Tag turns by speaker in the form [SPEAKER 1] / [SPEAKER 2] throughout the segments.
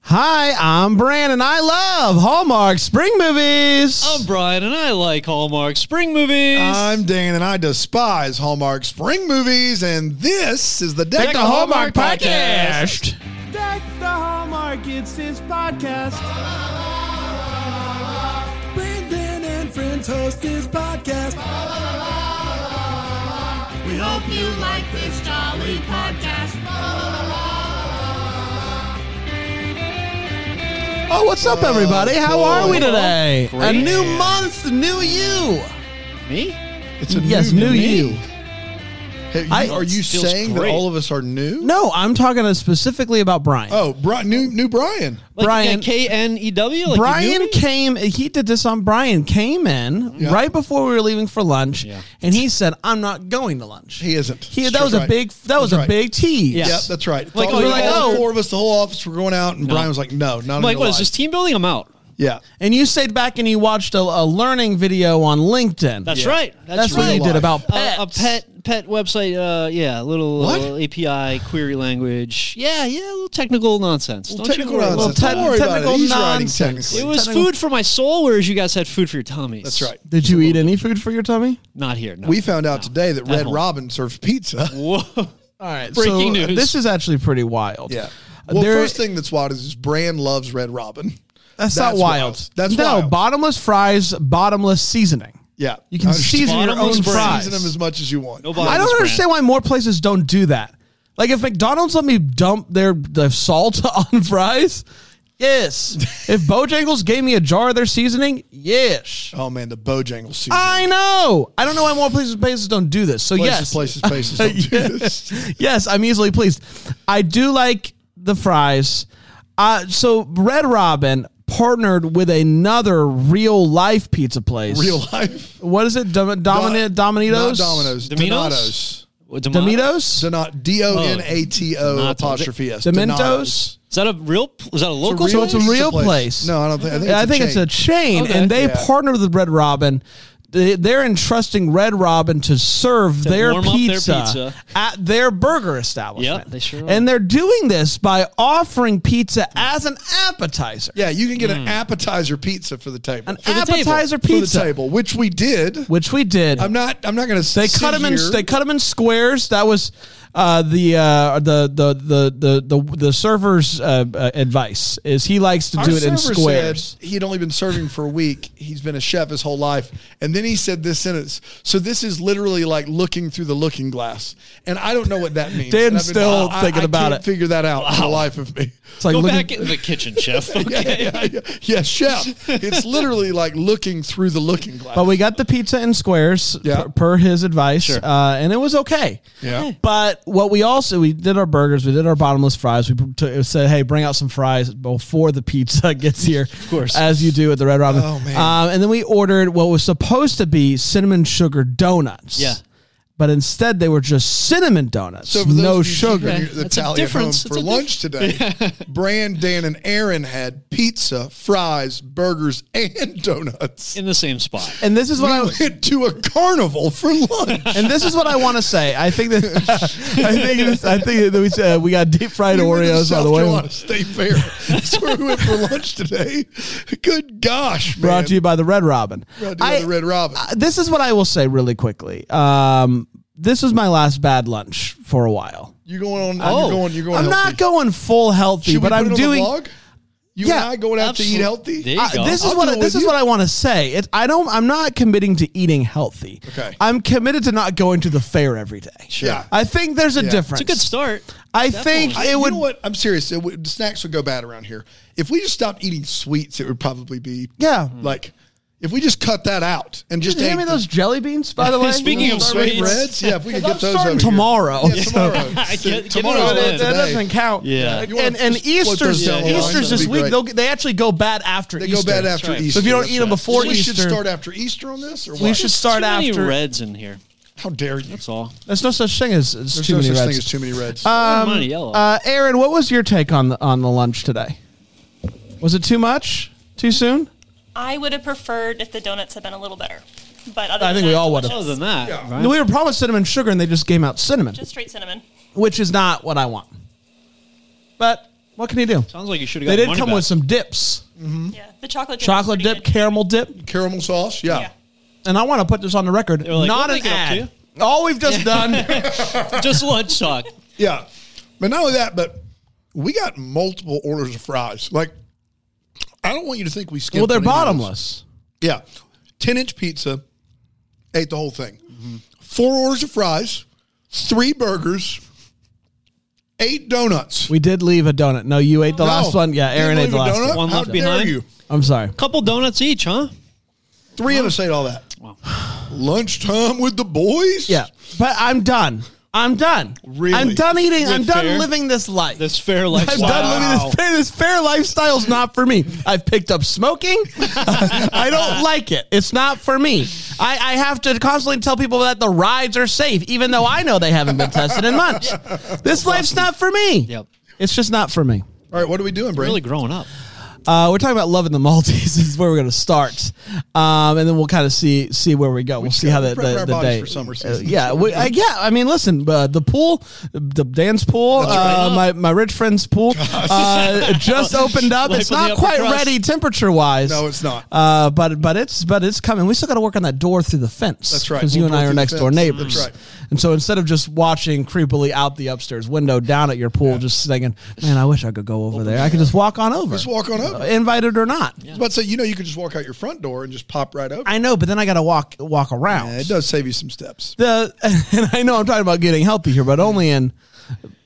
[SPEAKER 1] Hi, I'm Brandon. I love Hallmark spring movies.
[SPEAKER 2] I'm Brian, and I like Hallmark spring movies.
[SPEAKER 3] I'm Dan, and I despise Hallmark spring movies, and this is the Deck,
[SPEAKER 1] Deck
[SPEAKER 3] the
[SPEAKER 1] the Hallmark
[SPEAKER 3] Hallmark,
[SPEAKER 1] Podcast.
[SPEAKER 3] Podcast.
[SPEAKER 1] Deck the Hallmark, it's his podcast. Brandon and friends host his podcast.
[SPEAKER 4] We hope you like this jolly podcast.
[SPEAKER 1] Oh, what's up, everybody? How are we today? A
[SPEAKER 2] great.
[SPEAKER 1] new month, new you.
[SPEAKER 2] me.
[SPEAKER 3] It's a
[SPEAKER 1] Yes, new
[SPEAKER 3] new, me.
[SPEAKER 1] you.
[SPEAKER 3] Hey, you-
[SPEAKER 1] I-
[SPEAKER 3] are you
[SPEAKER 2] Feels
[SPEAKER 3] saying
[SPEAKER 2] great.
[SPEAKER 3] that all of us are new?
[SPEAKER 1] No, I'm talking specifically about Brian.
[SPEAKER 3] Oh, Bri- new new Brian.
[SPEAKER 1] Brian-
[SPEAKER 2] K N E W. Like you knew
[SPEAKER 1] Brian
[SPEAKER 2] me?
[SPEAKER 1] came. He did this on Brian. Came in
[SPEAKER 3] Yeah.
[SPEAKER 1] right before we were leaving for lunch,
[SPEAKER 2] Yeah.
[SPEAKER 1] and he said, "I'm not going to lunch."
[SPEAKER 3] He isn't.
[SPEAKER 1] He, that
[SPEAKER 3] That's
[SPEAKER 1] was a
[SPEAKER 3] right.
[SPEAKER 1] big. That was a
[SPEAKER 3] That's right.
[SPEAKER 1] big tease.
[SPEAKER 2] Yeah.
[SPEAKER 3] Yep,
[SPEAKER 2] Yes.
[SPEAKER 3] that's right.
[SPEAKER 2] Like,
[SPEAKER 3] Like,
[SPEAKER 2] oh,
[SPEAKER 3] all,
[SPEAKER 2] you're
[SPEAKER 1] like,
[SPEAKER 3] all
[SPEAKER 1] oh.
[SPEAKER 3] four of us, the whole office, were going out, and Brian was like, "No, not
[SPEAKER 2] I'm
[SPEAKER 3] in
[SPEAKER 2] like,
[SPEAKER 3] your
[SPEAKER 2] what is this
[SPEAKER 3] life."
[SPEAKER 2] team building? I'm out.
[SPEAKER 3] Yeah,
[SPEAKER 1] And you stayed back and you watched a, a learning video on LinkedIn.
[SPEAKER 2] That's
[SPEAKER 3] Yeah.
[SPEAKER 2] right. That's,
[SPEAKER 1] That's
[SPEAKER 2] right.
[SPEAKER 1] what you did
[SPEAKER 3] life.
[SPEAKER 1] about
[SPEAKER 2] A-
[SPEAKER 1] pets.
[SPEAKER 2] a pet pet website. Uh, yeah, little,
[SPEAKER 3] What?
[SPEAKER 2] little API query language. Yeah, yeah, a little technical nonsense. Don't you
[SPEAKER 3] technical
[SPEAKER 2] worry.
[SPEAKER 3] nonsense.
[SPEAKER 1] Well,
[SPEAKER 3] Don't worry
[SPEAKER 1] te-
[SPEAKER 3] about
[SPEAKER 1] technical
[SPEAKER 3] it. He's writing
[SPEAKER 1] nonsense.
[SPEAKER 3] technically.
[SPEAKER 2] It was
[SPEAKER 1] Technical-
[SPEAKER 2] food for my soul, whereas you guys had food for your tummies.
[SPEAKER 3] that's right.
[SPEAKER 1] Did you eat any food for your tummy?
[SPEAKER 2] Not here. No.
[SPEAKER 3] We found out today that
[SPEAKER 2] At
[SPEAKER 3] Red
[SPEAKER 2] home.
[SPEAKER 3] Robin serves pizza.
[SPEAKER 2] Whoa.
[SPEAKER 1] All right.
[SPEAKER 2] Breaking
[SPEAKER 1] so
[SPEAKER 2] news.
[SPEAKER 1] This is actually pretty wild. Uh,
[SPEAKER 3] Yeah. Well,
[SPEAKER 1] There-
[SPEAKER 3] first thing that's wild is Brand loves Red Robin.
[SPEAKER 1] That's, not
[SPEAKER 3] That's
[SPEAKER 1] wild.
[SPEAKER 3] wild. That's
[SPEAKER 1] no
[SPEAKER 3] wild.
[SPEAKER 1] bottomless fries, bottomless seasoning.
[SPEAKER 3] Yeah,
[SPEAKER 1] You can season your
[SPEAKER 2] Bottomless
[SPEAKER 1] own
[SPEAKER 2] brand.
[SPEAKER 1] fries.
[SPEAKER 3] season them as much as you want.
[SPEAKER 2] No
[SPEAKER 1] I
[SPEAKER 2] bottomless
[SPEAKER 1] don't
[SPEAKER 2] brand.
[SPEAKER 1] understand why more places don't do that. Like if McDonald's let me dump their, their salt on fries, yes. if Bojangles gave me a jar of their seasoning, yes.
[SPEAKER 3] Oh man, the Bojangles season.
[SPEAKER 1] I know. I don't know why more places places don't do this. So
[SPEAKER 3] places,
[SPEAKER 1] yes,
[SPEAKER 3] places, places. Don't do this.
[SPEAKER 1] yes, I'm easily pleased. I do like the fries. Uh, so Red Robin partnered with another real life pizza place.
[SPEAKER 3] Real life.
[SPEAKER 1] What is it? Dom- Domini- Domino's.
[SPEAKER 3] Not
[SPEAKER 2] Domino's?
[SPEAKER 3] Domino's. Domino's.
[SPEAKER 2] What, Donato?
[SPEAKER 1] Domino's.
[SPEAKER 3] Donato. D O N A T
[SPEAKER 1] Oh.
[SPEAKER 3] O
[SPEAKER 2] Donato.
[SPEAKER 3] apostrophe S.
[SPEAKER 1] Dementos.
[SPEAKER 2] Is that a real? Is that a local?
[SPEAKER 1] real- So it's a
[SPEAKER 2] place?
[SPEAKER 1] real
[SPEAKER 3] It's a
[SPEAKER 1] place.
[SPEAKER 3] No, I don't think. I think,
[SPEAKER 1] I
[SPEAKER 3] it's,
[SPEAKER 1] think
[SPEAKER 3] a
[SPEAKER 1] it's a chain,
[SPEAKER 2] Okay.
[SPEAKER 1] and they
[SPEAKER 3] Yeah.
[SPEAKER 1] partnered with Red Robin. They- They're entrusting Red Robin to serve their,
[SPEAKER 2] warm up their
[SPEAKER 1] pizza
[SPEAKER 2] pizza.
[SPEAKER 1] at their burger establishment.
[SPEAKER 2] Yep, they sure are.
[SPEAKER 1] And they're doing this by offering pizza as an appetizer.
[SPEAKER 3] Yeah, you can get an appetizer pizza for the table.
[SPEAKER 1] Hmm. An
[SPEAKER 2] the table.
[SPEAKER 1] appetizer
[SPEAKER 3] for the
[SPEAKER 1] pizza,
[SPEAKER 3] table, which we did.
[SPEAKER 1] which we did.
[SPEAKER 3] I'm not. I'm not going to.
[SPEAKER 1] they cut them in.
[SPEAKER 3] Here.
[SPEAKER 1] They cut 'em in squares. That was uh, the, uh, the the the the the the server's uh, uh, advice. Is he likes to
[SPEAKER 3] Our
[SPEAKER 1] do it in
[SPEAKER 3] server
[SPEAKER 1] squares.
[SPEAKER 3] Said he'd only been serving for a week. He's been a chef his whole life. And then he said this sentence. So this is literally like looking through the looking glass. And I don't know what that means.
[SPEAKER 1] Dan's
[SPEAKER 3] And I've been-
[SPEAKER 1] still
[SPEAKER 3] I- I-
[SPEAKER 1] thinking
[SPEAKER 3] I
[SPEAKER 1] about
[SPEAKER 3] can't
[SPEAKER 1] it.
[SPEAKER 3] Figure that out for the life of me.
[SPEAKER 1] It's like
[SPEAKER 2] Go
[SPEAKER 1] looking-
[SPEAKER 2] back in the kitchen, chef. Okay.
[SPEAKER 3] Yeah, yeah, yeah, chef. It's literally like looking through the looking glass.
[SPEAKER 1] But we got the pizza in squares
[SPEAKER 3] Yeah.
[SPEAKER 1] per, per his advice, uh, and it was okay.
[SPEAKER 3] Yeah.
[SPEAKER 1] But what we also we did our burgers, we did our bottomless fries. We t- said, "Hey, bring out some fries before the pizza gets here." of
[SPEAKER 2] course.
[SPEAKER 1] as you do at the Red Robin.
[SPEAKER 3] Oh, man.
[SPEAKER 1] Um, and then we ordered what was supposed to be cinnamon sugar donuts.
[SPEAKER 2] Yeah.
[SPEAKER 1] But instead, they were just cinnamon donuts,
[SPEAKER 3] So for those
[SPEAKER 1] no
[SPEAKER 3] of you
[SPEAKER 1] sugar.
[SPEAKER 3] keeping
[SPEAKER 2] Okay.
[SPEAKER 3] The
[SPEAKER 2] That's a
[SPEAKER 3] tally at home
[SPEAKER 2] difference.
[SPEAKER 3] for
[SPEAKER 2] That's a
[SPEAKER 3] lunch today. Brand, Dan, and Aaron had pizza, fries, burgers, and donuts.
[SPEAKER 2] In the same spot.
[SPEAKER 1] And this is what I
[SPEAKER 3] we went to a carnival for lunch.
[SPEAKER 1] and this is what I want to say. I think that I think this, I think that we uh, we got deep fried
[SPEAKER 3] We went to
[SPEAKER 1] Oreos
[SPEAKER 3] South
[SPEAKER 1] by the way.
[SPEAKER 3] Carolina State Fair. That's where we went for lunch today. Good gosh, man.
[SPEAKER 1] Brought to you by the Red Robin.
[SPEAKER 3] Brought to you by
[SPEAKER 1] I-
[SPEAKER 3] the Red Robin.
[SPEAKER 1] I- this is what I will say really quickly. Um, this was my last bad lunch for a while.
[SPEAKER 3] you're going on. Oh, you're going. You're going.
[SPEAKER 1] I'm
[SPEAKER 3] healthy.
[SPEAKER 1] not going full healthy,
[SPEAKER 3] Should
[SPEAKER 1] but
[SPEAKER 3] we put
[SPEAKER 1] I'm
[SPEAKER 3] it
[SPEAKER 1] doing.
[SPEAKER 3] On the vlog? You
[SPEAKER 1] Yeah,
[SPEAKER 3] and I going out to eat
[SPEAKER 2] absolutely.
[SPEAKER 3] healthy.
[SPEAKER 2] There you
[SPEAKER 1] I-
[SPEAKER 2] go.
[SPEAKER 1] this is
[SPEAKER 3] I'll
[SPEAKER 1] what
[SPEAKER 3] do
[SPEAKER 1] I-
[SPEAKER 3] it
[SPEAKER 1] this is
[SPEAKER 3] with you.
[SPEAKER 1] what I want to say. It, I don't. I'm not committing to eating healthy.
[SPEAKER 3] Okay.
[SPEAKER 1] I'm committed to not going to the fair every day. Sure.
[SPEAKER 3] Yeah.
[SPEAKER 1] I think there's a difference.
[SPEAKER 2] It's a good start.
[SPEAKER 1] I
[SPEAKER 2] Definitely.
[SPEAKER 1] think
[SPEAKER 3] I-
[SPEAKER 1] it
[SPEAKER 3] you
[SPEAKER 1] would.
[SPEAKER 3] know what? I'm serious. It would, snacks would go bad around here. If we just stopped eating sweets, it would probably be
[SPEAKER 1] Yeah.
[SPEAKER 3] Like if we just cut that out and just
[SPEAKER 1] Did you
[SPEAKER 3] ate
[SPEAKER 1] hand me
[SPEAKER 3] the
[SPEAKER 1] those jelly beans, by the way?
[SPEAKER 2] Speaking of
[SPEAKER 3] Starry
[SPEAKER 2] sweets.
[SPEAKER 3] reds, yeah. If we could
[SPEAKER 1] I'm
[SPEAKER 3] get those
[SPEAKER 1] starting
[SPEAKER 3] over here.
[SPEAKER 1] tomorrow.
[SPEAKER 3] Yeah, tomorrow.
[SPEAKER 2] I get- get it
[SPEAKER 3] Tomorrow's
[SPEAKER 2] all in.
[SPEAKER 3] not
[SPEAKER 1] That, that
[SPEAKER 3] today.
[SPEAKER 1] doesn't count.
[SPEAKER 2] Yeah.
[SPEAKER 3] You wanna
[SPEAKER 1] And, and
[SPEAKER 3] just float those
[SPEAKER 1] Easter's
[SPEAKER 3] down the line,
[SPEAKER 1] Easter's
[SPEAKER 3] that'd
[SPEAKER 1] this
[SPEAKER 3] be
[SPEAKER 1] week.
[SPEAKER 3] great.
[SPEAKER 1] They'll, they actually go bad after
[SPEAKER 3] They
[SPEAKER 1] Easter.
[SPEAKER 3] go bad after
[SPEAKER 2] right. So
[SPEAKER 3] Easter.
[SPEAKER 1] So if you don't
[SPEAKER 3] that's
[SPEAKER 1] eat them
[SPEAKER 3] right.
[SPEAKER 1] before
[SPEAKER 3] we
[SPEAKER 1] Easter,
[SPEAKER 3] should start after Easter on this, or what?
[SPEAKER 1] we should start
[SPEAKER 2] too
[SPEAKER 1] after.
[SPEAKER 2] many reds in here.
[SPEAKER 3] How dare you?
[SPEAKER 2] That's all.
[SPEAKER 1] There's no such thing as it's
[SPEAKER 3] There's
[SPEAKER 1] too
[SPEAKER 3] no
[SPEAKER 1] many
[SPEAKER 3] such
[SPEAKER 1] reds.
[SPEAKER 3] thing as too many reds.
[SPEAKER 2] Um, Money yellow.
[SPEAKER 1] uh, Aaron, what was your take on the on the lunch today? Was it too much? Too soon?
[SPEAKER 5] I would have preferred if the donuts had been a little better. But other
[SPEAKER 1] I
[SPEAKER 5] than
[SPEAKER 1] think
[SPEAKER 5] that,
[SPEAKER 1] we all would have.
[SPEAKER 2] Other than that, right?
[SPEAKER 1] No, we were promised cinnamon sugar, and they just gave out cinnamon,
[SPEAKER 5] Just straight cinnamon.
[SPEAKER 1] which is not what I want. But What can you do?
[SPEAKER 2] Sounds like you should have
[SPEAKER 1] They
[SPEAKER 2] got
[SPEAKER 1] did
[SPEAKER 2] money
[SPEAKER 1] come
[SPEAKER 2] back.
[SPEAKER 1] with some dips.
[SPEAKER 5] Yeah, the chocolate dip.
[SPEAKER 1] Hmm? Chocolate
[SPEAKER 5] is pretty
[SPEAKER 1] dip,
[SPEAKER 5] good.
[SPEAKER 1] caramel dip.
[SPEAKER 3] Caramel sauce, yeah.
[SPEAKER 5] Yeah.
[SPEAKER 1] And I want to put this on the record.
[SPEAKER 2] were like,
[SPEAKER 1] not
[SPEAKER 2] "We'll
[SPEAKER 1] an
[SPEAKER 2] make it up to
[SPEAKER 1] ad. All we've just done.
[SPEAKER 2] Just lunch talk.
[SPEAKER 3] Yeah. But not only that, but we got multiple orders of fries. Like, I don't want you to think we skipped.
[SPEAKER 1] well, they're
[SPEAKER 3] any of those.
[SPEAKER 1] bottomless.
[SPEAKER 3] Yeah. 10 inch pizza, ate the whole thing. Four orders of fries, three burgers, eight donuts.
[SPEAKER 1] We did leave a donut. No, you ate the
[SPEAKER 3] No.
[SPEAKER 1] last one. Yeah,
[SPEAKER 3] You
[SPEAKER 1] Aaron ate
[SPEAKER 3] didn't
[SPEAKER 1] the
[SPEAKER 3] leave a
[SPEAKER 1] last
[SPEAKER 3] donut?
[SPEAKER 1] one.
[SPEAKER 2] One
[SPEAKER 3] How
[SPEAKER 2] left
[SPEAKER 3] dare
[SPEAKER 2] behind.
[SPEAKER 3] you?
[SPEAKER 1] I'm sorry.
[SPEAKER 2] Couple donuts each, huh?
[SPEAKER 3] Three of us ate all that. Lunchtime with the boys?
[SPEAKER 1] Yeah, but I'm done. I'm done.
[SPEAKER 3] Really?
[SPEAKER 1] I'm done eating. I'm
[SPEAKER 2] With
[SPEAKER 1] done
[SPEAKER 2] fair-
[SPEAKER 1] living this life.
[SPEAKER 2] This fair
[SPEAKER 1] I'm
[SPEAKER 2] lifestyle.
[SPEAKER 1] done living this fair. This fair lifestyle's not for me. I've picked up smoking. I don't like it. It's not for me. I, I have to constantly tell people that the rides are safe, even though I know they haven't been tested in months. This life's not for me.
[SPEAKER 2] Yep.
[SPEAKER 1] It's just not for me.
[SPEAKER 3] All right, what are we doing, Brady?
[SPEAKER 2] Really growing up.
[SPEAKER 1] Uh, we're talking about love and the Maltese. This is where we're going to start, um, and then we'll kind of see see where we go. We'll see how the,
[SPEAKER 3] prepare
[SPEAKER 1] the,
[SPEAKER 3] our
[SPEAKER 1] the
[SPEAKER 3] bodies
[SPEAKER 1] day.
[SPEAKER 3] for summer
[SPEAKER 1] Uh,
[SPEAKER 3] season.
[SPEAKER 1] yeah, we, I, yeah. I mean, listen, uh, the pool, the Dan's pool, uh, my my rich friend's pool, uh, just opened up.
[SPEAKER 2] Life
[SPEAKER 1] It's
[SPEAKER 2] on the
[SPEAKER 1] not
[SPEAKER 2] upper
[SPEAKER 1] quite
[SPEAKER 2] crust.
[SPEAKER 1] ready temperature wise.
[SPEAKER 3] No, it's not.
[SPEAKER 1] Uh, but but it's but it's coming. We still got to work on that door through the fence.
[SPEAKER 3] That's right.
[SPEAKER 1] Because
[SPEAKER 3] We'll
[SPEAKER 1] you and
[SPEAKER 3] go
[SPEAKER 1] I
[SPEAKER 3] through
[SPEAKER 1] are
[SPEAKER 3] the
[SPEAKER 1] next door
[SPEAKER 3] fence.
[SPEAKER 1] neighbors.
[SPEAKER 3] That's right.
[SPEAKER 1] And so instead of just watching creepily out the upstairs window down at your pool, just thinking, man, I wish I could go over there. I could just walk on over.
[SPEAKER 3] Just walk on over.
[SPEAKER 1] Uh, invited or not.
[SPEAKER 3] I was about to say, you know, you could just walk out your front door and just pop right over.
[SPEAKER 1] I know, but then I got to walk walk around.
[SPEAKER 3] Yeah, it does save you some steps.
[SPEAKER 1] The and I know I'm talking about getting healthy here, but only in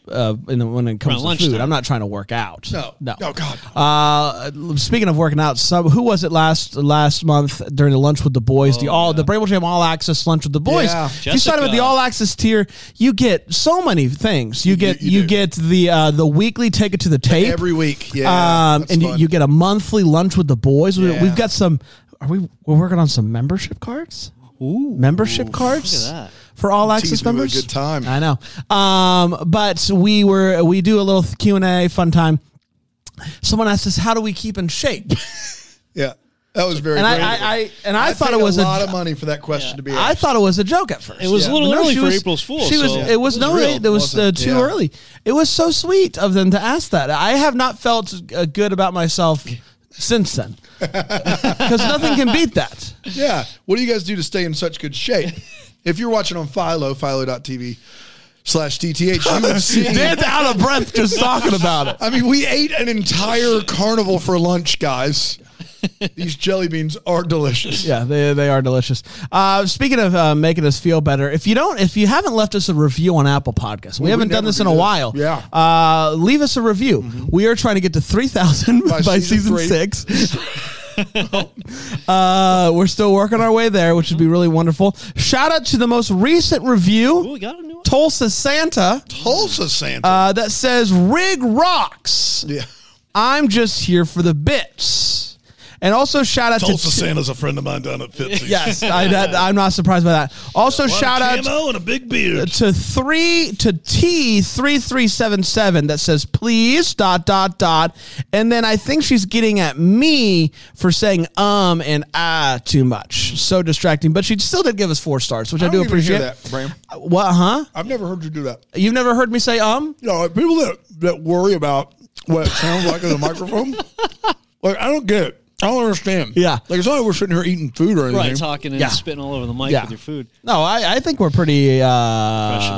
[SPEAKER 1] uh, in the, when it comes
[SPEAKER 2] Around
[SPEAKER 1] to food.
[SPEAKER 2] lunchtime.
[SPEAKER 1] I'm not trying to work out.
[SPEAKER 3] No.
[SPEAKER 1] no.
[SPEAKER 3] Oh, God.
[SPEAKER 1] Uh, speaking of working out, some, who was it last last month during the lunch with the boys? the all the Brable Jam All Access lunch with the boys.
[SPEAKER 3] Yeah.
[SPEAKER 1] If you sign up at the
[SPEAKER 2] Oh, Jessica.
[SPEAKER 1] All Access tier, you get so many things. You get
[SPEAKER 3] you
[SPEAKER 1] you,
[SPEAKER 3] do.
[SPEAKER 1] get the uh, the weekly take it to the tape
[SPEAKER 3] Every week. Yeah.
[SPEAKER 1] um,
[SPEAKER 3] that's
[SPEAKER 1] and you,
[SPEAKER 3] fun.
[SPEAKER 1] you get a monthly lunch with the boys. We,
[SPEAKER 3] Yeah.
[SPEAKER 1] We've got some. Are we? We're working on some membership cards. Ooh, membership cards
[SPEAKER 2] look at that.
[SPEAKER 1] for all access
[SPEAKER 3] Tease me with a
[SPEAKER 1] members.
[SPEAKER 3] good time.
[SPEAKER 1] I know. Um, but we were we do a little Q and A, fun time. Someone asked us, "How do we keep in shape?"
[SPEAKER 3] Yeah. That was very
[SPEAKER 1] And
[SPEAKER 3] great.
[SPEAKER 1] I, I, I and I, thought
[SPEAKER 3] paid
[SPEAKER 1] it was
[SPEAKER 3] a lot of
[SPEAKER 1] a.
[SPEAKER 3] money for that question to be
[SPEAKER 1] I
[SPEAKER 3] asked.
[SPEAKER 1] thought it was a joke at first.
[SPEAKER 2] It was a
[SPEAKER 3] Yeah.
[SPEAKER 2] little
[SPEAKER 1] No,
[SPEAKER 2] early
[SPEAKER 1] she
[SPEAKER 2] for
[SPEAKER 1] was-
[SPEAKER 2] April's Fool.
[SPEAKER 1] She was.
[SPEAKER 2] so-
[SPEAKER 1] It was
[SPEAKER 3] It was
[SPEAKER 1] no.
[SPEAKER 3] real,
[SPEAKER 1] it was uh,
[SPEAKER 3] wasn't it?
[SPEAKER 1] too
[SPEAKER 3] Yeah.
[SPEAKER 1] early. It was so sweet of them to ask that. I have not felt uh, good about myself since then, because nothing can beat that.
[SPEAKER 3] Yeah. What do you guys do to stay in such good shape? if you're watching on Philo, philo.tv slash TTH, you would see.
[SPEAKER 1] Dan's out of breath just talking about it.
[SPEAKER 3] I mean, we ate an entire carnival for lunch, guys. These jelly beans are delicious.
[SPEAKER 1] Yeah, they, they are delicious. Uh, speaking of uh, making us feel better, if you don't, if you haven't left us a review on Apple Podcasts, we,
[SPEAKER 3] we
[SPEAKER 1] haven't done
[SPEAKER 3] never
[SPEAKER 1] this
[SPEAKER 3] do
[SPEAKER 1] in a
[SPEAKER 3] this.
[SPEAKER 1] while.
[SPEAKER 3] Yeah. Mm-hmm.
[SPEAKER 1] uh, leave us a review. We are trying to get to three thousand by,
[SPEAKER 3] By
[SPEAKER 1] season,
[SPEAKER 3] season three.
[SPEAKER 1] six. uh, we're still working our way there, which would be really wonderful. Shout out to the most recent
[SPEAKER 2] Ooh,
[SPEAKER 1] review,
[SPEAKER 2] we got a new one.
[SPEAKER 1] Tulsa Santa,
[SPEAKER 3] Tulsa Santa.
[SPEAKER 1] uh, that says "Rig rocks."
[SPEAKER 3] yeah.
[SPEAKER 1] I'm just here for the bits. And also shout out to
[SPEAKER 3] Santa's a friend of mine down at Fitzy's.
[SPEAKER 1] Yes, I, that, I'm not surprised by that. Also, shout out
[SPEAKER 3] and a big beard.
[SPEAKER 1] to three to T three three seven seven that says please dot dot dot, and then I think she's getting at me for saying um and ah too much, so distracting. But she still did give us four stars, which I,
[SPEAKER 3] I
[SPEAKER 1] do
[SPEAKER 3] don't even hear
[SPEAKER 1] appreciate. Uh,
[SPEAKER 3] that, Bram.
[SPEAKER 1] What? Huh?
[SPEAKER 3] I've never heard you do that.
[SPEAKER 1] You've never heard me say um?
[SPEAKER 3] you know, like people that, that worry about what it sounds like in the microphone, like I don't get it. I don't understand.
[SPEAKER 1] Yeah.
[SPEAKER 3] Like it's not like we're sitting here eating food or anything.
[SPEAKER 2] Right, talking and
[SPEAKER 1] Yeah.
[SPEAKER 2] spitting all over the mic
[SPEAKER 1] Yeah.
[SPEAKER 2] with your food.
[SPEAKER 1] No, I, I think we're pretty
[SPEAKER 2] Professional,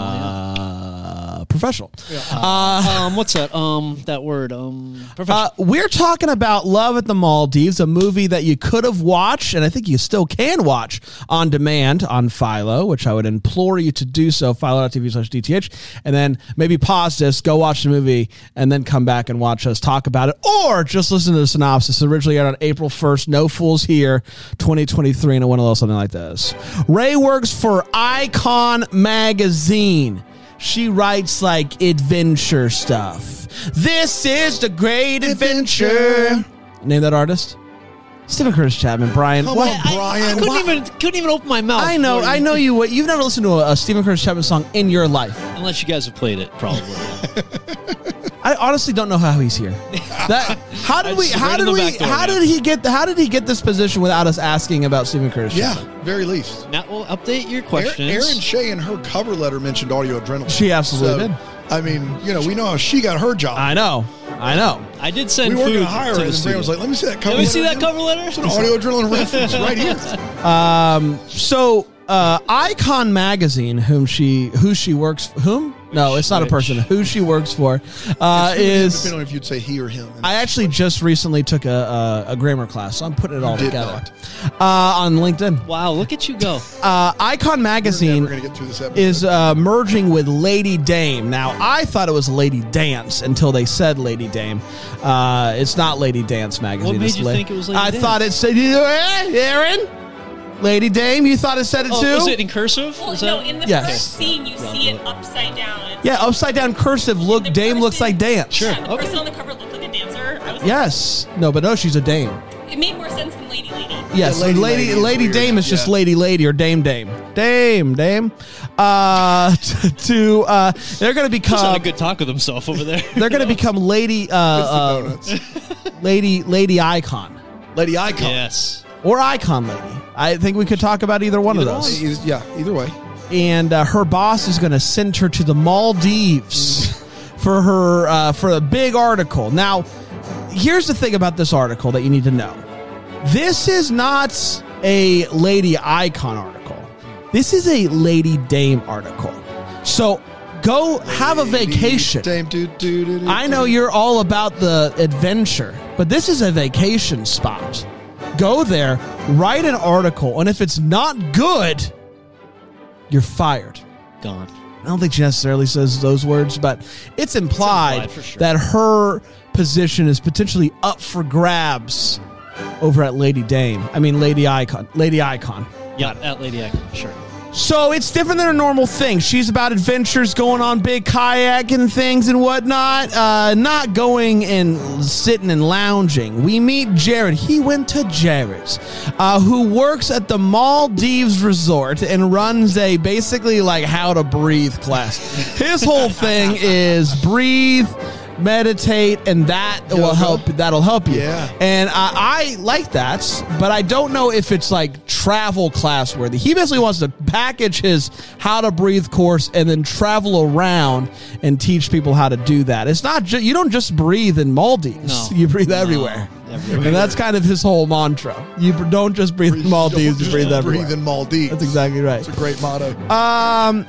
[SPEAKER 1] uh, professional. Uh,
[SPEAKER 2] Um, what's that? Um, that word. Um,
[SPEAKER 1] Uh,
[SPEAKER 2] professional.
[SPEAKER 1] we're talking about Love at the Maldives, a movie that you could have watched, and I think you still can watch on demand on Philo, which I would implore you to do so, philo.tv slash DTH, and then maybe pause this, go watch the movie, and then come back and watch us talk about it, or just listen to the synopsis. Originally aired on April 1st, No Fools Here, 2023, and I want to little something like this. Ray works for Icon Magazine. She writes like adventure stuff. This is the great adventure. Name that artist? Stephen Curtis Chapman, Brian.
[SPEAKER 3] Come
[SPEAKER 1] what?
[SPEAKER 3] on,
[SPEAKER 2] I- I,
[SPEAKER 3] Brian.
[SPEAKER 2] couldn't
[SPEAKER 3] why-
[SPEAKER 2] even couldn't even open my mouth.
[SPEAKER 1] I know,
[SPEAKER 2] before
[SPEAKER 1] I
[SPEAKER 2] you-
[SPEAKER 1] know you. What you've never listened to a, a Stephen Curtis Chapman song in your life.
[SPEAKER 2] Unless you guys have played it, probably.
[SPEAKER 1] I honestly don't know how he's here. That how did
[SPEAKER 2] I
[SPEAKER 1] we?
[SPEAKER 2] just
[SPEAKER 1] How
[SPEAKER 2] ran
[SPEAKER 1] did
[SPEAKER 2] in the
[SPEAKER 1] we?
[SPEAKER 2] back door,
[SPEAKER 1] how
[SPEAKER 2] yeah.
[SPEAKER 1] did he get? How did he get this position without us asking about Stephen Curtis? Chapman?
[SPEAKER 3] yeah, very least.
[SPEAKER 2] now we'll update your
[SPEAKER 3] Erin
[SPEAKER 2] questions.
[SPEAKER 3] Shea in her cover letter mentioned audio adrenaline.
[SPEAKER 1] She absolutely did.
[SPEAKER 3] I mean, you know, we know how she got her job.
[SPEAKER 1] I know. I know.
[SPEAKER 2] I did send
[SPEAKER 3] we were
[SPEAKER 2] food
[SPEAKER 3] going to hire
[SPEAKER 2] to
[SPEAKER 3] her,
[SPEAKER 2] the
[SPEAKER 3] and Brandon was
[SPEAKER 2] studio.
[SPEAKER 3] like, "Let me see that cover.
[SPEAKER 2] Let me see
[SPEAKER 3] letter
[SPEAKER 2] that
[SPEAKER 3] again."
[SPEAKER 2] cover letter.
[SPEAKER 3] It's an audio adrenaline reference right here.
[SPEAKER 1] So, uh, Icon Magazine, whom she who she works whom? No, it's not a person. Who she works for uh, is.
[SPEAKER 3] depending on if you'd say he or him.
[SPEAKER 1] I actually just recently took a, a, a grammar class, so I'm putting it all
[SPEAKER 3] did
[SPEAKER 1] together
[SPEAKER 3] not.
[SPEAKER 1] uh, on LinkedIn.
[SPEAKER 2] Wow, look at you go.
[SPEAKER 1] Uh, Icon
[SPEAKER 3] we're
[SPEAKER 1] Magazine
[SPEAKER 3] going to get through this episode.
[SPEAKER 1] is uh, merging with Lady Dame. Now, I thought it was Lady Dance until they said Lady Dame. Uh, it's not Lady Dance magazine.
[SPEAKER 2] made
[SPEAKER 1] it's
[SPEAKER 2] you think it was Lady
[SPEAKER 1] I
[SPEAKER 2] Dance?
[SPEAKER 1] thought it said eh, Aaron, Lady Dame. You thought it said it
[SPEAKER 2] Oh,
[SPEAKER 1] too.
[SPEAKER 2] is it in cursive?
[SPEAKER 5] Well,
[SPEAKER 2] Is
[SPEAKER 5] no,
[SPEAKER 2] that-
[SPEAKER 5] in the
[SPEAKER 1] Yes.
[SPEAKER 5] first scene, you see it upside down. It's-
[SPEAKER 1] yeah, upside down cursive. Look,
[SPEAKER 5] the
[SPEAKER 1] Dame looks
[SPEAKER 5] person-
[SPEAKER 1] like Dance.
[SPEAKER 2] Sure.
[SPEAKER 5] Yeah, the
[SPEAKER 2] Okay.
[SPEAKER 5] person on the cover looked like a dancer. I was like,
[SPEAKER 1] Yes. No, but no, she's a Dame.
[SPEAKER 5] it made more sense than Lady Lady.
[SPEAKER 1] Yes,
[SPEAKER 3] Yeah,
[SPEAKER 1] Lady
[SPEAKER 3] Lady
[SPEAKER 1] Lady,
[SPEAKER 3] Lady is weird.
[SPEAKER 1] Dame is just
[SPEAKER 3] Yeah.
[SPEAKER 1] Lady Lady or Dame Dame. Dame Dame. Uh, t- to uh, they're going to
[SPEAKER 2] He's had
[SPEAKER 1] become
[SPEAKER 2] a good talk with himself over there.
[SPEAKER 1] they're going to become Lady uh, uh, Lady Lady Icon
[SPEAKER 3] Lady Icon.
[SPEAKER 2] yes.
[SPEAKER 1] or Icon Lady. I think we could talk about either one
[SPEAKER 3] Either
[SPEAKER 1] of those.
[SPEAKER 3] way, either- yeah, either way.
[SPEAKER 1] And uh, her boss is going to send her to the Maldives for her uh, for a big article. Now, here's the thing about this article that you need to know. This is not a Lady Icon article. This is a Lady Dame article. So go have a vacation.
[SPEAKER 3] Dame, do, do, do, do,
[SPEAKER 1] I know you're all about the adventure, but this is a vacation spot. Go there, write an article, and if it's not good, you're fired.
[SPEAKER 2] Gone.
[SPEAKER 1] I don't think she necessarily says those words, but it's implied,
[SPEAKER 2] implied for sure.
[SPEAKER 1] that her position is potentially up for grabs over at Lady Dame. I mean, Lady Icon. Lady Icon.
[SPEAKER 2] Yeah, at Lady Icon. Sure.
[SPEAKER 1] So it's different than a normal thing. She's about adventures, going on big kayaking things and whatnot, uh, not going and sitting and lounging. We meet Jared. He went to Jared's, uh, who works at the Maldives Resort and runs a basically like how to breathe class. His whole thing is breathe. Meditate, and that will
[SPEAKER 3] Yoga.
[SPEAKER 1] help. That'll help you.
[SPEAKER 3] Yeah.
[SPEAKER 1] And I, I like that, but I don't know if it's like travel class worthy. He basically wants to package his how to breathe course and then travel around and teach people how to do that. It's not just, you don't just breathe in Maldives,
[SPEAKER 2] No.
[SPEAKER 1] you breathe
[SPEAKER 2] No.
[SPEAKER 1] everywhere.
[SPEAKER 2] Everywhere.
[SPEAKER 1] And that's kind of his whole mantra. You br- don't just breathe in Maldives, you
[SPEAKER 3] Just
[SPEAKER 1] breathe everywhere.
[SPEAKER 3] Breathe in Maldives.
[SPEAKER 1] That's exactly right.
[SPEAKER 3] It's a great motto.
[SPEAKER 1] Um,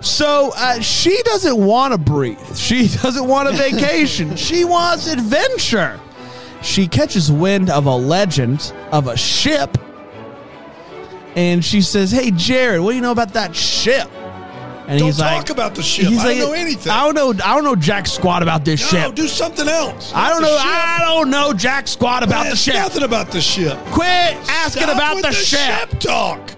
[SPEAKER 1] so uh, she doesn't want to breathe. She doesn't want a vacation. she wants adventure. She catches wind of a legend of a ship. And she says, Hey, Jared, what do you know about that ship? And
[SPEAKER 3] don't
[SPEAKER 1] he's
[SPEAKER 3] talk
[SPEAKER 1] like,
[SPEAKER 3] about the ship.
[SPEAKER 1] he's
[SPEAKER 3] I
[SPEAKER 1] like,
[SPEAKER 3] don't know anything.
[SPEAKER 1] I don't know. I don't know jack squat about this
[SPEAKER 3] no,
[SPEAKER 1] ship.
[SPEAKER 3] do something else.
[SPEAKER 1] I don't
[SPEAKER 3] The
[SPEAKER 1] know.
[SPEAKER 3] ship.
[SPEAKER 1] I don't know jack squat about the
[SPEAKER 3] It's
[SPEAKER 1] ship.
[SPEAKER 3] Nothing about the ship.
[SPEAKER 1] Quit asking
[SPEAKER 3] Stop
[SPEAKER 1] about
[SPEAKER 3] with
[SPEAKER 1] the, ship.
[SPEAKER 3] talk.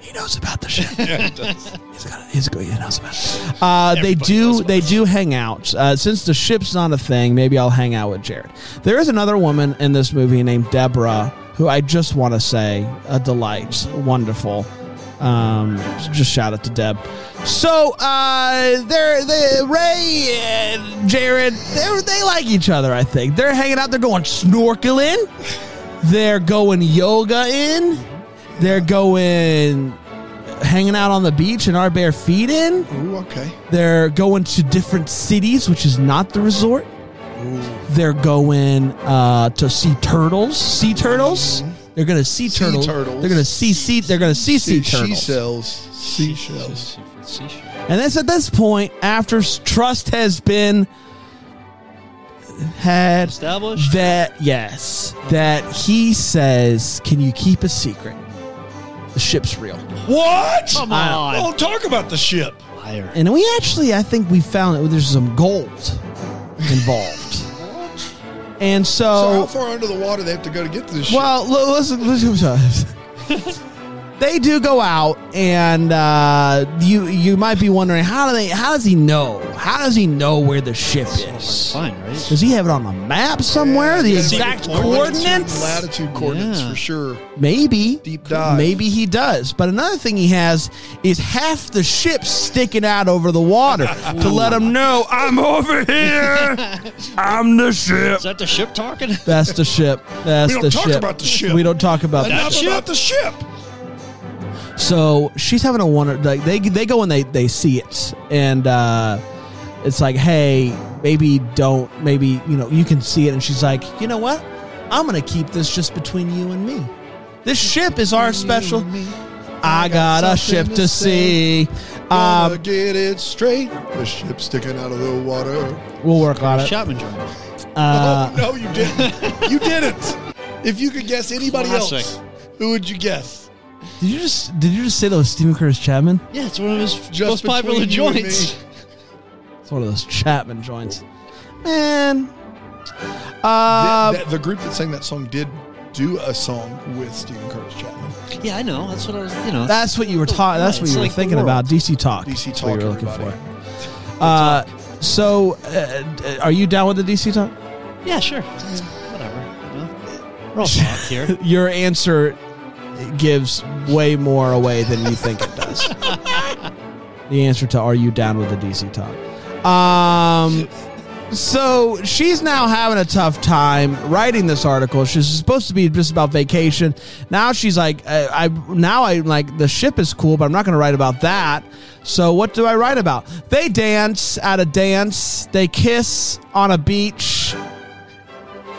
[SPEAKER 1] He knows about the ship. He's got. He's good. He knows about. It. Uh, they do. They do hang out. Uh, since the ship's not a thing, maybe I'll hang out with Jared. There is another woman in this movie named Deborah, who I just want to say a delight, wonderful. Um, just shout out to Deb. So, uh, they're they Ray and Jared. They they like each other. I think they're hanging out. They're going snorkeling. They're going yoga in. They're going hanging out on the beach in our bare feet in.
[SPEAKER 3] Ooh, okay.
[SPEAKER 1] They're going to different cities, which is not the resort. They're going uh, to see turtles. Sea turtles. They're gonna see
[SPEAKER 3] Mm-hmm. Sea
[SPEAKER 1] turtles.
[SPEAKER 3] turtles.
[SPEAKER 1] They're gonna see sea. They're gonna see sea
[SPEAKER 3] she
[SPEAKER 1] turtles.
[SPEAKER 3] sells seashells.
[SPEAKER 1] And that's at this point, after s- trust has been had
[SPEAKER 2] Established?
[SPEAKER 1] that yes, that he says, "Can you keep a secret? The ship's real."
[SPEAKER 3] What?
[SPEAKER 2] Come on.
[SPEAKER 3] Don't talk about the ship.
[SPEAKER 2] Liar.
[SPEAKER 1] And we actually, I think we found that there's some gold involved. and
[SPEAKER 3] So
[SPEAKER 1] so,
[SPEAKER 3] how far under the water they have to go to get to this
[SPEAKER 1] Oh. well, l- listen, listen to us. They do go out, and uh, you you might be wondering how do they? How does he know? How does he know where the ship is?
[SPEAKER 2] Fine, right?
[SPEAKER 1] Does he have it on a map
[SPEAKER 3] ship?
[SPEAKER 1] somewhere? the
[SPEAKER 3] Yeah,
[SPEAKER 1] exact
[SPEAKER 3] secret point.
[SPEAKER 1] coordinates?
[SPEAKER 3] Latitude coordinates
[SPEAKER 2] Yeah.
[SPEAKER 3] for sure.
[SPEAKER 1] Maybe.
[SPEAKER 3] Deep dive.
[SPEAKER 1] Maybe he does. But another thing he has is half the ship sticking out over the water to let him know I'm over here. I'm the ship.
[SPEAKER 2] Is that the ship talking?
[SPEAKER 1] That's the ship. That's
[SPEAKER 3] We don't
[SPEAKER 1] the
[SPEAKER 3] talk
[SPEAKER 1] ship.
[SPEAKER 3] about the ship.
[SPEAKER 1] We don't talk about that.
[SPEAKER 3] Enough
[SPEAKER 2] ship?
[SPEAKER 3] about the ship.
[SPEAKER 1] So she's having a wonder. Like they they go and they they see it, and uh, it's like, hey, maybe don't, maybe, you know, you can see it. And she's like, you know what? I'm going to keep this just between you and me. This ship is our special. I got a ship
[SPEAKER 3] something
[SPEAKER 1] to
[SPEAKER 3] to
[SPEAKER 1] see.
[SPEAKER 3] Gotta
[SPEAKER 1] Um,
[SPEAKER 3] get it straight. The ship's sticking out of the water.
[SPEAKER 1] we'll work on it.
[SPEAKER 2] Shopman drama.
[SPEAKER 1] Uh,
[SPEAKER 3] oh, no, you didn't. you didn't. If you could guess anybody
[SPEAKER 2] Classic.
[SPEAKER 3] else, who would you guess?
[SPEAKER 1] did you just did you just say that was Stephen Curtis Chapman?
[SPEAKER 2] Yeah, it's one of his most
[SPEAKER 3] Just
[SPEAKER 2] popular
[SPEAKER 3] between you and
[SPEAKER 2] joints.
[SPEAKER 3] me.
[SPEAKER 1] It's one of those Chapman joints, man.
[SPEAKER 3] That-
[SPEAKER 1] Uh,
[SPEAKER 3] that- the group that sang that song did do a song with Stephen Curtis Chapman.
[SPEAKER 2] Yeah, I know. That's what I was. You know.
[SPEAKER 1] that's what you were talking. That's what
[SPEAKER 2] It's
[SPEAKER 1] you were
[SPEAKER 2] like the
[SPEAKER 1] thinking
[SPEAKER 2] world.
[SPEAKER 1] about. DC talk.
[SPEAKER 3] DC
[SPEAKER 1] That's what
[SPEAKER 3] Talk,
[SPEAKER 1] you were looking
[SPEAKER 3] everybody.
[SPEAKER 1] for. Uh, so, uh, d- are you down with the DC talk?
[SPEAKER 2] yeah, sure. Whatever. You know? We're all talk here.
[SPEAKER 1] Your answer gives way more away than you think it does. the answer to "Are you down with the DC talk?" Um, so she's now having a tough time writing this article. She's supposed to be just about vacation. Now she's like, I, I now I'm like the ship is cool, but I'm not going to write about that. So what do I write about? They dance at a dance. They kiss on a beach.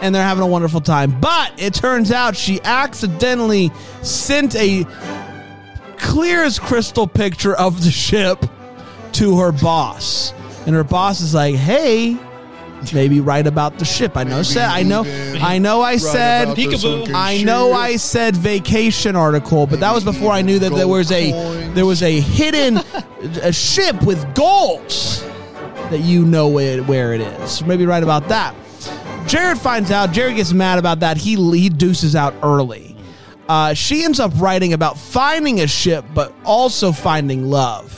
[SPEAKER 1] And they're having a wonderful time. But it turns out she accidentally sent a clear as crystal picture of the ship to her boss, and her boss is like, "Hey, maybe write about the ship. I know.
[SPEAKER 3] Maybe
[SPEAKER 1] Said I know.
[SPEAKER 3] even
[SPEAKER 1] I know. Oh, I
[SPEAKER 3] write
[SPEAKER 1] said.
[SPEAKER 3] about the
[SPEAKER 2] Peekaboo.
[SPEAKER 3] sunken
[SPEAKER 1] I know.
[SPEAKER 3] ship.
[SPEAKER 1] I said vacation article, but that was
[SPEAKER 3] Maybe
[SPEAKER 1] before I knew that there
[SPEAKER 3] gold
[SPEAKER 1] was a
[SPEAKER 3] coins.
[SPEAKER 1] there was a hidden a ship with gold that you know where, where it is. Maybe write about that." Jared finds out. Jared gets mad about that. He he deuces out early. Uh, she ends up writing about finding a ship, but also finding love.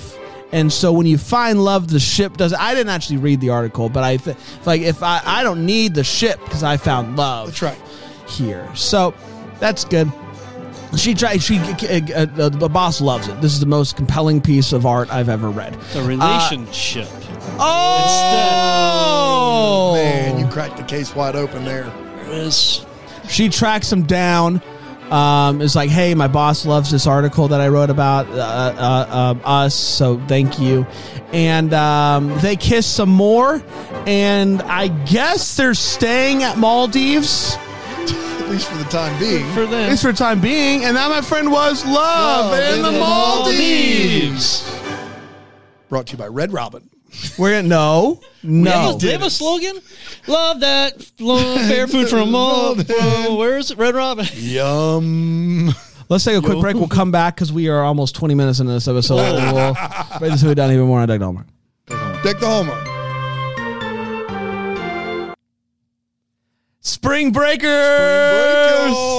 [SPEAKER 1] And so when you find love, the ship does. I didn't actually read the article, but I th- like if I I don't need the ship because I found love.
[SPEAKER 3] That's right.
[SPEAKER 1] Here, so that's good. She tried. She uh, uh, the boss loves it. This is the most compelling piece of art I've ever read.
[SPEAKER 2] The relationship.
[SPEAKER 1] Oh
[SPEAKER 3] Man, you cracked the case wide open there.
[SPEAKER 2] There it is.
[SPEAKER 1] she tracks him down. Um, is like, hey, my boss loves this article that I wrote about uh, uh, uh, us, so thank you. And um, they kiss some more, and I guess they're staying at Maldives,
[SPEAKER 3] At least for the time being.
[SPEAKER 2] For
[SPEAKER 1] at
[SPEAKER 2] them. Oh,
[SPEAKER 1] least for the time being. And that, my friend, was love,
[SPEAKER 3] Love
[SPEAKER 1] in the, Maldives.
[SPEAKER 3] Brought to you by Red Robin.
[SPEAKER 1] We're gonna no, no.
[SPEAKER 2] They have a slogan. Love that lo- fair food from all. from- Where's it? Red Robin?
[SPEAKER 3] Yum.
[SPEAKER 1] Let's take a quick break. We'll come back because we are almost twenty minutes into this episode.
[SPEAKER 3] Oh.
[SPEAKER 1] we'll break this movie down even more on Doug Dolmer.
[SPEAKER 3] Deck the Hallmark.
[SPEAKER 1] Spring Breakers.
[SPEAKER 3] Breakers.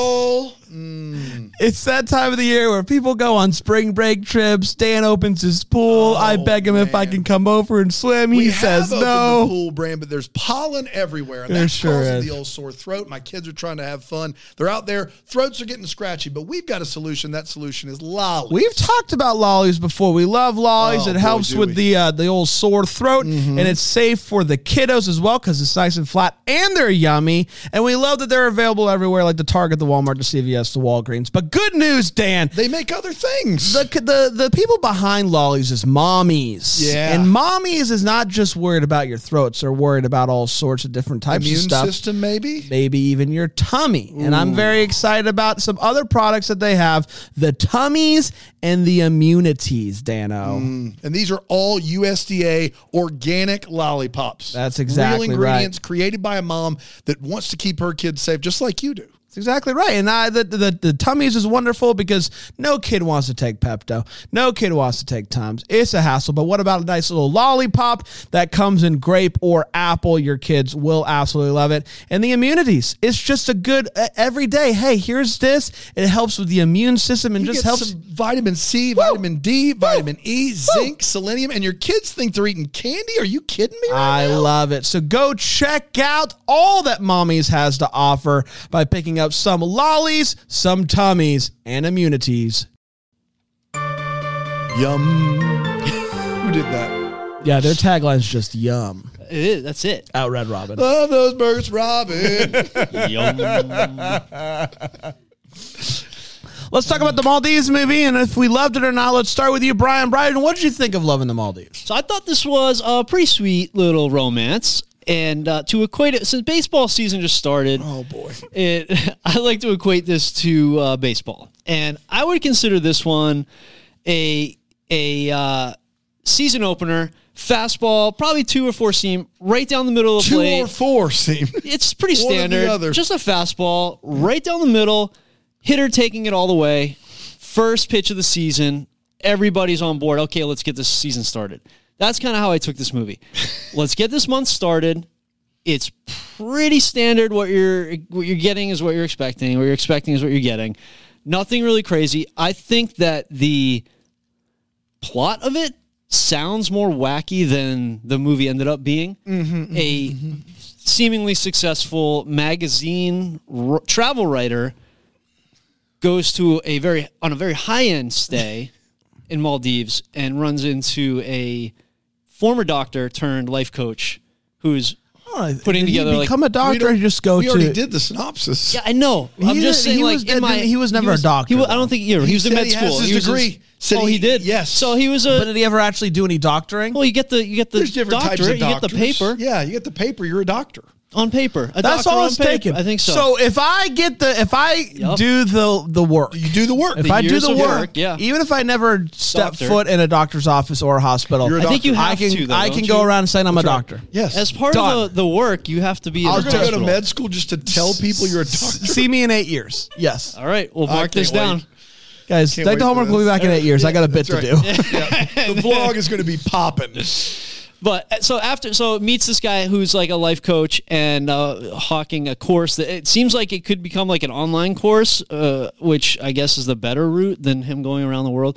[SPEAKER 1] It's that time of the year where people go on spring break trips. Dan opens his pool. I beg him if I
[SPEAKER 3] Oh, man.
[SPEAKER 1] can come over and swim.
[SPEAKER 3] We
[SPEAKER 1] he
[SPEAKER 3] have
[SPEAKER 1] says
[SPEAKER 3] opened The
[SPEAKER 1] no.
[SPEAKER 3] pool brand, but there's pollen everywhere, and
[SPEAKER 1] There
[SPEAKER 3] that's
[SPEAKER 1] sure
[SPEAKER 3] causing
[SPEAKER 1] is.
[SPEAKER 3] the old sore throat. My kids are trying to have fun. They're out there. Throats are getting scratchy, but we've got a solution. That solution is lolly.
[SPEAKER 1] We've talked about lollies before. We love lollies.
[SPEAKER 3] Oh,
[SPEAKER 1] it
[SPEAKER 3] boy,
[SPEAKER 1] helps
[SPEAKER 3] do
[SPEAKER 1] with
[SPEAKER 3] we. Mm-hmm.
[SPEAKER 1] the uh, the old sore throat, and it's safe for the kiddos as well because it's nice and flat and they're yummy. And we love that they're available everywhere, like the Target, the Walmart, the CVS, the Walgreens. But good news, Dan.
[SPEAKER 3] they make other things.
[SPEAKER 1] the, the the people behind lollies is mommies.
[SPEAKER 3] Yeah.
[SPEAKER 1] And mommies is not just worried about your throats, they're worried about all sorts of different types
[SPEAKER 3] immune
[SPEAKER 1] of stuff.
[SPEAKER 3] system, maybe.
[SPEAKER 1] Maybe even your tummy. And I'm very excited about some other products that they have the tummies and the immunities, Dano.
[SPEAKER 3] And these are all USDA organic lollipops.
[SPEAKER 1] That's exactly
[SPEAKER 3] Real
[SPEAKER 1] right.
[SPEAKER 3] ingredients created by a mom that wants to keep her kids safe, just like you do.
[SPEAKER 1] That's exactly right. And I, the, the, the tummies is wonderful because no kid wants to take Pepto. No kid wants to take Tums. It's a hassle. But what about a nice little lollipop that comes in grape or apple? Your kids will absolutely love it. And the immunities. It's just a good uh, every day. Hey, here's this. It helps with the immune system and
[SPEAKER 3] You
[SPEAKER 1] just
[SPEAKER 3] get
[SPEAKER 1] helps.
[SPEAKER 3] some vitamin C, vitamin D, vitamin E, zinc, selenium, and your kids think they're eating candy. Are you kidding me? right
[SPEAKER 1] I love it. So go check out all that Mommies has to offer by picking up some lollies, some tummies, and immunities.
[SPEAKER 3] Yum. Who did that?
[SPEAKER 1] Yeah, their tagline's just yum.
[SPEAKER 2] It is. That's it.
[SPEAKER 1] Out Red Robin.
[SPEAKER 3] Love those burgers, Robin.
[SPEAKER 2] Yum.
[SPEAKER 1] Let's talk about the Maldives movie and if we loved it or not. Let's start with you, Brian. Brian, what did you think of Love in the Maldives?
[SPEAKER 2] So I thought this was a pretty sweet little romance. And uh, to equate it, since baseball season just started,
[SPEAKER 3] Oh boy.
[SPEAKER 2] it I like to equate this to uh, baseball, and I would consider this one a a uh, season opener fastball, probably two or four seam, right down the middle of the
[SPEAKER 3] Two
[SPEAKER 2] plate.
[SPEAKER 3] or four seem.
[SPEAKER 2] it's pretty
[SPEAKER 3] One or the
[SPEAKER 2] standard,
[SPEAKER 3] other.
[SPEAKER 2] just a fastball right down the middle, hitter taking it all the way. First pitch of the season, everybody's on board. Okay, let's get this season started. That's kind of how I took this movie. let's get this month started it's pretty standard. What you're what you're getting is what you're expecting. What you're expecting is what you're getting. Nothing really crazy. I think that the plot of it sounds more wacky than the movie ended up being.
[SPEAKER 3] Mm-hmm,
[SPEAKER 2] a seemingly successful magazine r- travel writer goes to a very on a very high end stay in Maldives and runs into a former doctor turned life coach who's
[SPEAKER 1] Oh,
[SPEAKER 2] Putting
[SPEAKER 1] did
[SPEAKER 2] together,
[SPEAKER 1] he
[SPEAKER 2] like-
[SPEAKER 1] become a
[SPEAKER 3] We
[SPEAKER 1] doctor.
[SPEAKER 3] don't-
[SPEAKER 1] or just go
[SPEAKER 3] We
[SPEAKER 1] to
[SPEAKER 3] already did the synopsis.
[SPEAKER 2] Yeah, I know. I'm
[SPEAKER 1] He
[SPEAKER 2] just
[SPEAKER 1] did-
[SPEAKER 2] saying,
[SPEAKER 1] he
[SPEAKER 2] like,
[SPEAKER 1] was-
[SPEAKER 2] in my,
[SPEAKER 1] he was never a doctor,
[SPEAKER 2] He was, I don't think. Yeah, he,
[SPEAKER 3] He
[SPEAKER 2] was in
[SPEAKER 3] said
[SPEAKER 2] med
[SPEAKER 3] he has
[SPEAKER 2] school.
[SPEAKER 3] his
[SPEAKER 2] he was in-
[SPEAKER 3] degree. Said
[SPEAKER 2] oh, he,
[SPEAKER 3] he-
[SPEAKER 2] did.
[SPEAKER 3] yes.
[SPEAKER 2] So he was
[SPEAKER 1] But
[SPEAKER 2] a.
[SPEAKER 1] did he ever actually do any doctoring?
[SPEAKER 2] Well, you get the you get the
[SPEAKER 3] There's
[SPEAKER 2] doctorate.
[SPEAKER 3] different types of
[SPEAKER 2] you get the
[SPEAKER 3] doctors.
[SPEAKER 2] paper
[SPEAKER 3] Yeah, you get the paper. You're a doctor.
[SPEAKER 2] on paper. A
[SPEAKER 1] That's
[SPEAKER 2] doctor
[SPEAKER 1] all
[SPEAKER 2] on
[SPEAKER 1] it's
[SPEAKER 2] paper.
[SPEAKER 1] taken.
[SPEAKER 2] I think so.
[SPEAKER 1] So if I get the if I
[SPEAKER 2] Yup.
[SPEAKER 1] do the the work,
[SPEAKER 3] You do the work.
[SPEAKER 1] if I do
[SPEAKER 2] years
[SPEAKER 1] the
[SPEAKER 2] of
[SPEAKER 1] work,
[SPEAKER 2] work, yeah.
[SPEAKER 1] even if I never step
[SPEAKER 2] Doctor.
[SPEAKER 1] foot in a doctor's office or a hospital,
[SPEAKER 3] You're a
[SPEAKER 2] I think you have
[SPEAKER 1] I can
[SPEAKER 2] to. Though,
[SPEAKER 1] I can
[SPEAKER 2] don't
[SPEAKER 1] go
[SPEAKER 2] you?
[SPEAKER 1] around and say I'm a doctor.
[SPEAKER 3] yes.
[SPEAKER 2] As part
[SPEAKER 1] Done.
[SPEAKER 2] of the, the work, you have to be. in
[SPEAKER 3] You're
[SPEAKER 2] the
[SPEAKER 3] going to go to
[SPEAKER 2] hospital.
[SPEAKER 3] med school just to tell people you're a doctor.
[SPEAKER 1] See me in eight years. Yes,
[SPEAKER 2] All right, we'll
[SPEAKER 3] I
[SPEAKER 2] mark this
[SPEAKER 3] can't wait.
[SPEAKER 2] down.
[SPEAKER 1] guys. Take
[SPEAKER 3] Can't
[SPEAKER 1] the
[SPEAKER 3] wait for
[SPEAKER 1] homework. We'll be
[SPEAKER 3] this.
[SPEAKER 1] back in eight years. I got a bit
[SPEAKER 3] that's
[SPEAKER 1] to do.
[SPEAKER 3] right. the vlog is going to be popping.
[SPEAKER 2] But uh, so after, so it meets this guy who's like a life coach and uh, hawking a course that it seems like it could become like an online course, uh, which I guess is the better route than him going around the world.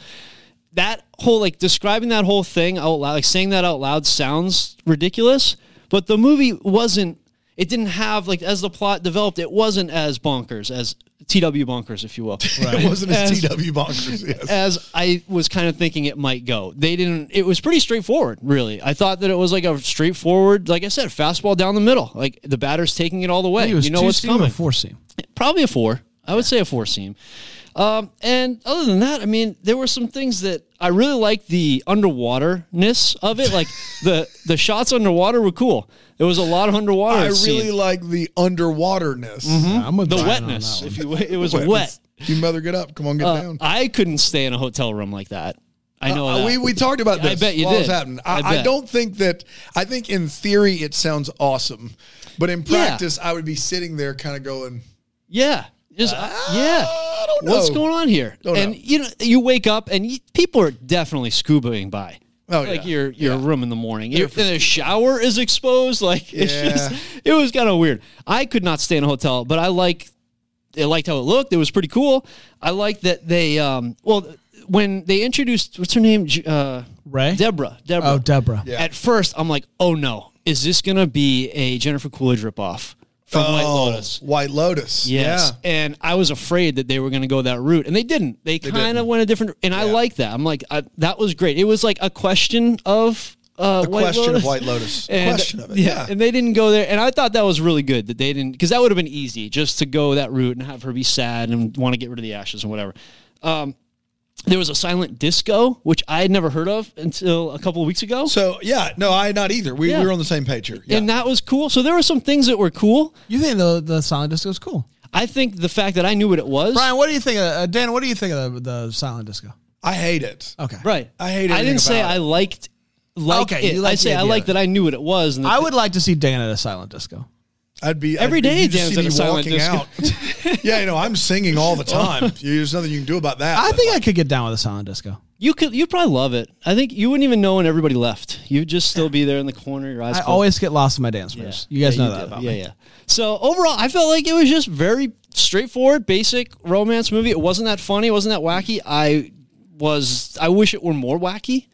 [SPEAKER 2] That whole like describing that whole thing out loud, like saying that out loud, sounds ridiculous. But the movie wasn't. It didn't have like as the plot developed, it wasn't as bonkers as T.W. bonkers, if you will
[SPEAKER 3] It wasn't as TW bonkers. Yes.
[SPEAKER 2] as I was kind of thinking it might go. They didn't. It was pretty straightforward, really. I thought that it was like a straightforward, like I said, fastball down the middle. Like the batter's taking it all the way.
[SPEAKER 1] It was
[SPEAKER 2] You know
[SPEAKER 1] two
[SPEAKER 2] what's
[SPEAKER 1] seam or
[SPEAKER 2] coming.
[SPEAKER 1] Four seam.
[SPEAKER 2] Probably a four. I would say a four seam. Um, and other than that, I mean, there were some things that I really liked the underwaterness of it. Like the the shots underwater were cool. There was a lot of underwater.
[SPEAKER 3] I
[SPEAKER 2] scene.
[SPEAKER 3] really like the underwaterness.
[SPEAKER 1] Yeah, I'm with
[SPEAKER 2] the
[SPEAKER 1] Brian on
[SPEAKER 2] wetness,
[SPEAKER 1] that one.
[SPEAKER 2] if you will. Mm-hmm. it was wet. Uh,
[SPEAKER 3] Wetness. You mother get up. Come on, get down.
[SPEAKER 2] I couldn't stay in a hotel room like that. I know
[SPEAKER 3] Uh,
[SPEAKER 2] that.
[SPEAKER 3] we, we talked about
[SPEAKER 2] I
[SPEAKER 3] this.
[SPEAKER 2] bet you
[SPEAKER 3] while it was
[SPEAKER 2] did.
[SPEAKER 3] happening.
[SPEAKER 2] I
[SPEAKER 3] I, I,
[SPEAKER 2] bet.
[SPEAKER 3] don't think that. I think in theory it sounds awesome, but in
[SPEAKER 2] Yeah.
[SPEAKER 3] practice I would be sitting there kind of going,
[SPEAKER 2] Yeah. Just, uh, yeah.
[SPEAKER 3] I don't know.
[SPEAKER 2] What's going on here?
[SPEAKER 3] Don't
[SPEAKER 2] and
[SPEAKER 3] know.
[SPEAKER 2] you know, you wake up and you, people are definitely scubaing by.
[SPEAKER 3] Oh,
[SPEAKER 2] like
[SPEAKER 3] yeah.
[SPEAKER 2] your your room in the morning, your, and the shower is exposed. Like it's
[SPEAKER 3] Yeah.
[SPEAKER 2] just, it was kind of weird. I could not stay in a hotel, but I like I liked how it looked. It was pretty cool. I liked that they um well when they introduced what's her name J- uh,
[SPEAKER 1] Ray?
[SPEAKER 2] Deborah Deborah
[SPEAKER 1] Oh, Deborah.
[SPEAKER 3] Yeah.
[SPEAKER 2] at first, I'm like, oh no, is this gonna be a Jennifer Coolidge ripoff from White
[SPEAKER 3] Oh,
[SPEAKER 2] Lotus?
[SPEAKER 3] White Lotus.
[SPEAKER 2] Yes.
[SPEAKER 3] Yeah.
[SPEAKER 2] And I was afraid that they were going to go that route, and they didn't. They, kind of went a different. And I like that. I'm like, I, that was great. It was like a question of uh,
[SPEAKER 3] A
[SPEAKER 2] White
[SPEAKER 3] question
[SPEAKER 2] Lotus.
[SPEAKER 3] of White Lotus.
[SPEAKER 2] And,
[SPEAKER 3] question of it.
[SPEAKER 2] Yeah,
[SPEAKER 3] Yeah.
[SPEAKER 2] and they didn't go there, and I thought that was really good that they didn't, because that would have been easy just to go that route and have her be sad and want to get rid of the ashes and whatever. Um, there was a silent disco, which I had never heard of until a couple of weeks ago,
[SPEAKER 3] So yeah, no, I not either. We,
[SPEAKER 2] Yeah.
[SPEAKER 3] we were on the same page here. Yeah.
[SPEAKER 2] and that was cool. So there were some things that were cool.
[SPEAKER 1] You think the the silent disco is cool?
[SPEAKER 2] I think the fact that I knew what it was,
[SPEAKER 1] Brian, what do you think? Of, uh, Dan, what do you think of the, the silent disco?
[SPEAKER 3] I hate it.
[SPEAKER 1] Okay,
[SPEAKER 2] Right.
[SPEAKER 3] I hate
[SPEAKER 2] I
[SPEAKER 3] everything
[SPEAKER 2] didn't say
[SPEAKER 3] about
[SPEAKER 2] I
[SPEAKER 3] it.
[SPEAKER 2] liked like
[SPEAKER 1] Okay,
[SPEAKER 2] it.
[SPEAKER 1] you like
[SPEAKER 2] I
[SPEAKER 1] the
[SPEAKER 2] say I
[SPEAKER 1] idea
[SPEAKER 2] like
[SPEAKER 1] of it.
[SPEAKER 2] that I knew what it was. And that
[SPEAKER 1] I would like to see Dan at a silent disco.
[SPEAKER 3] I'd be
[SPEAKER 2] Every
[SPEAKER 3] I'd be-
[SPEAKER 2] day
[SPEAKER 3] you'd just
[SPEAKER 2] Dan's
[SPEAKER 3] see
[SPEAKER 2] at
[SPEAKER 3] me
[SPEAKER 2] a silent Oh.
[SPEAKER 3] walking out. yeah, you know, I'm singing all the time. There's nothing you can do about that.
[SPEAKER 1] I think I could get down with a silent disco.
[SPEAKER 2] you could you probably love it. I think you wouldn't even know when everybody left. You'd just still be there in the corner, your eyes
[SPEAKER 1] I
[SPEAKER 2] closed.
[SPEAKER 1] always get lost in my dance moves. You guys
[SPEAKER 2] Yeah,
[SPEAKER 1] know that
[SPEAKER 2] do.
[SPEAKER 1] about
[SPEAKER 2] yeah,
[SPEAKER 1] me.
[SPEAKER 2] Yeah, So overall, I felt like it was just very straightforward, basic romance movie. It wasn't that funny. It wasn't that wacky. I was. I wish it were more wacky.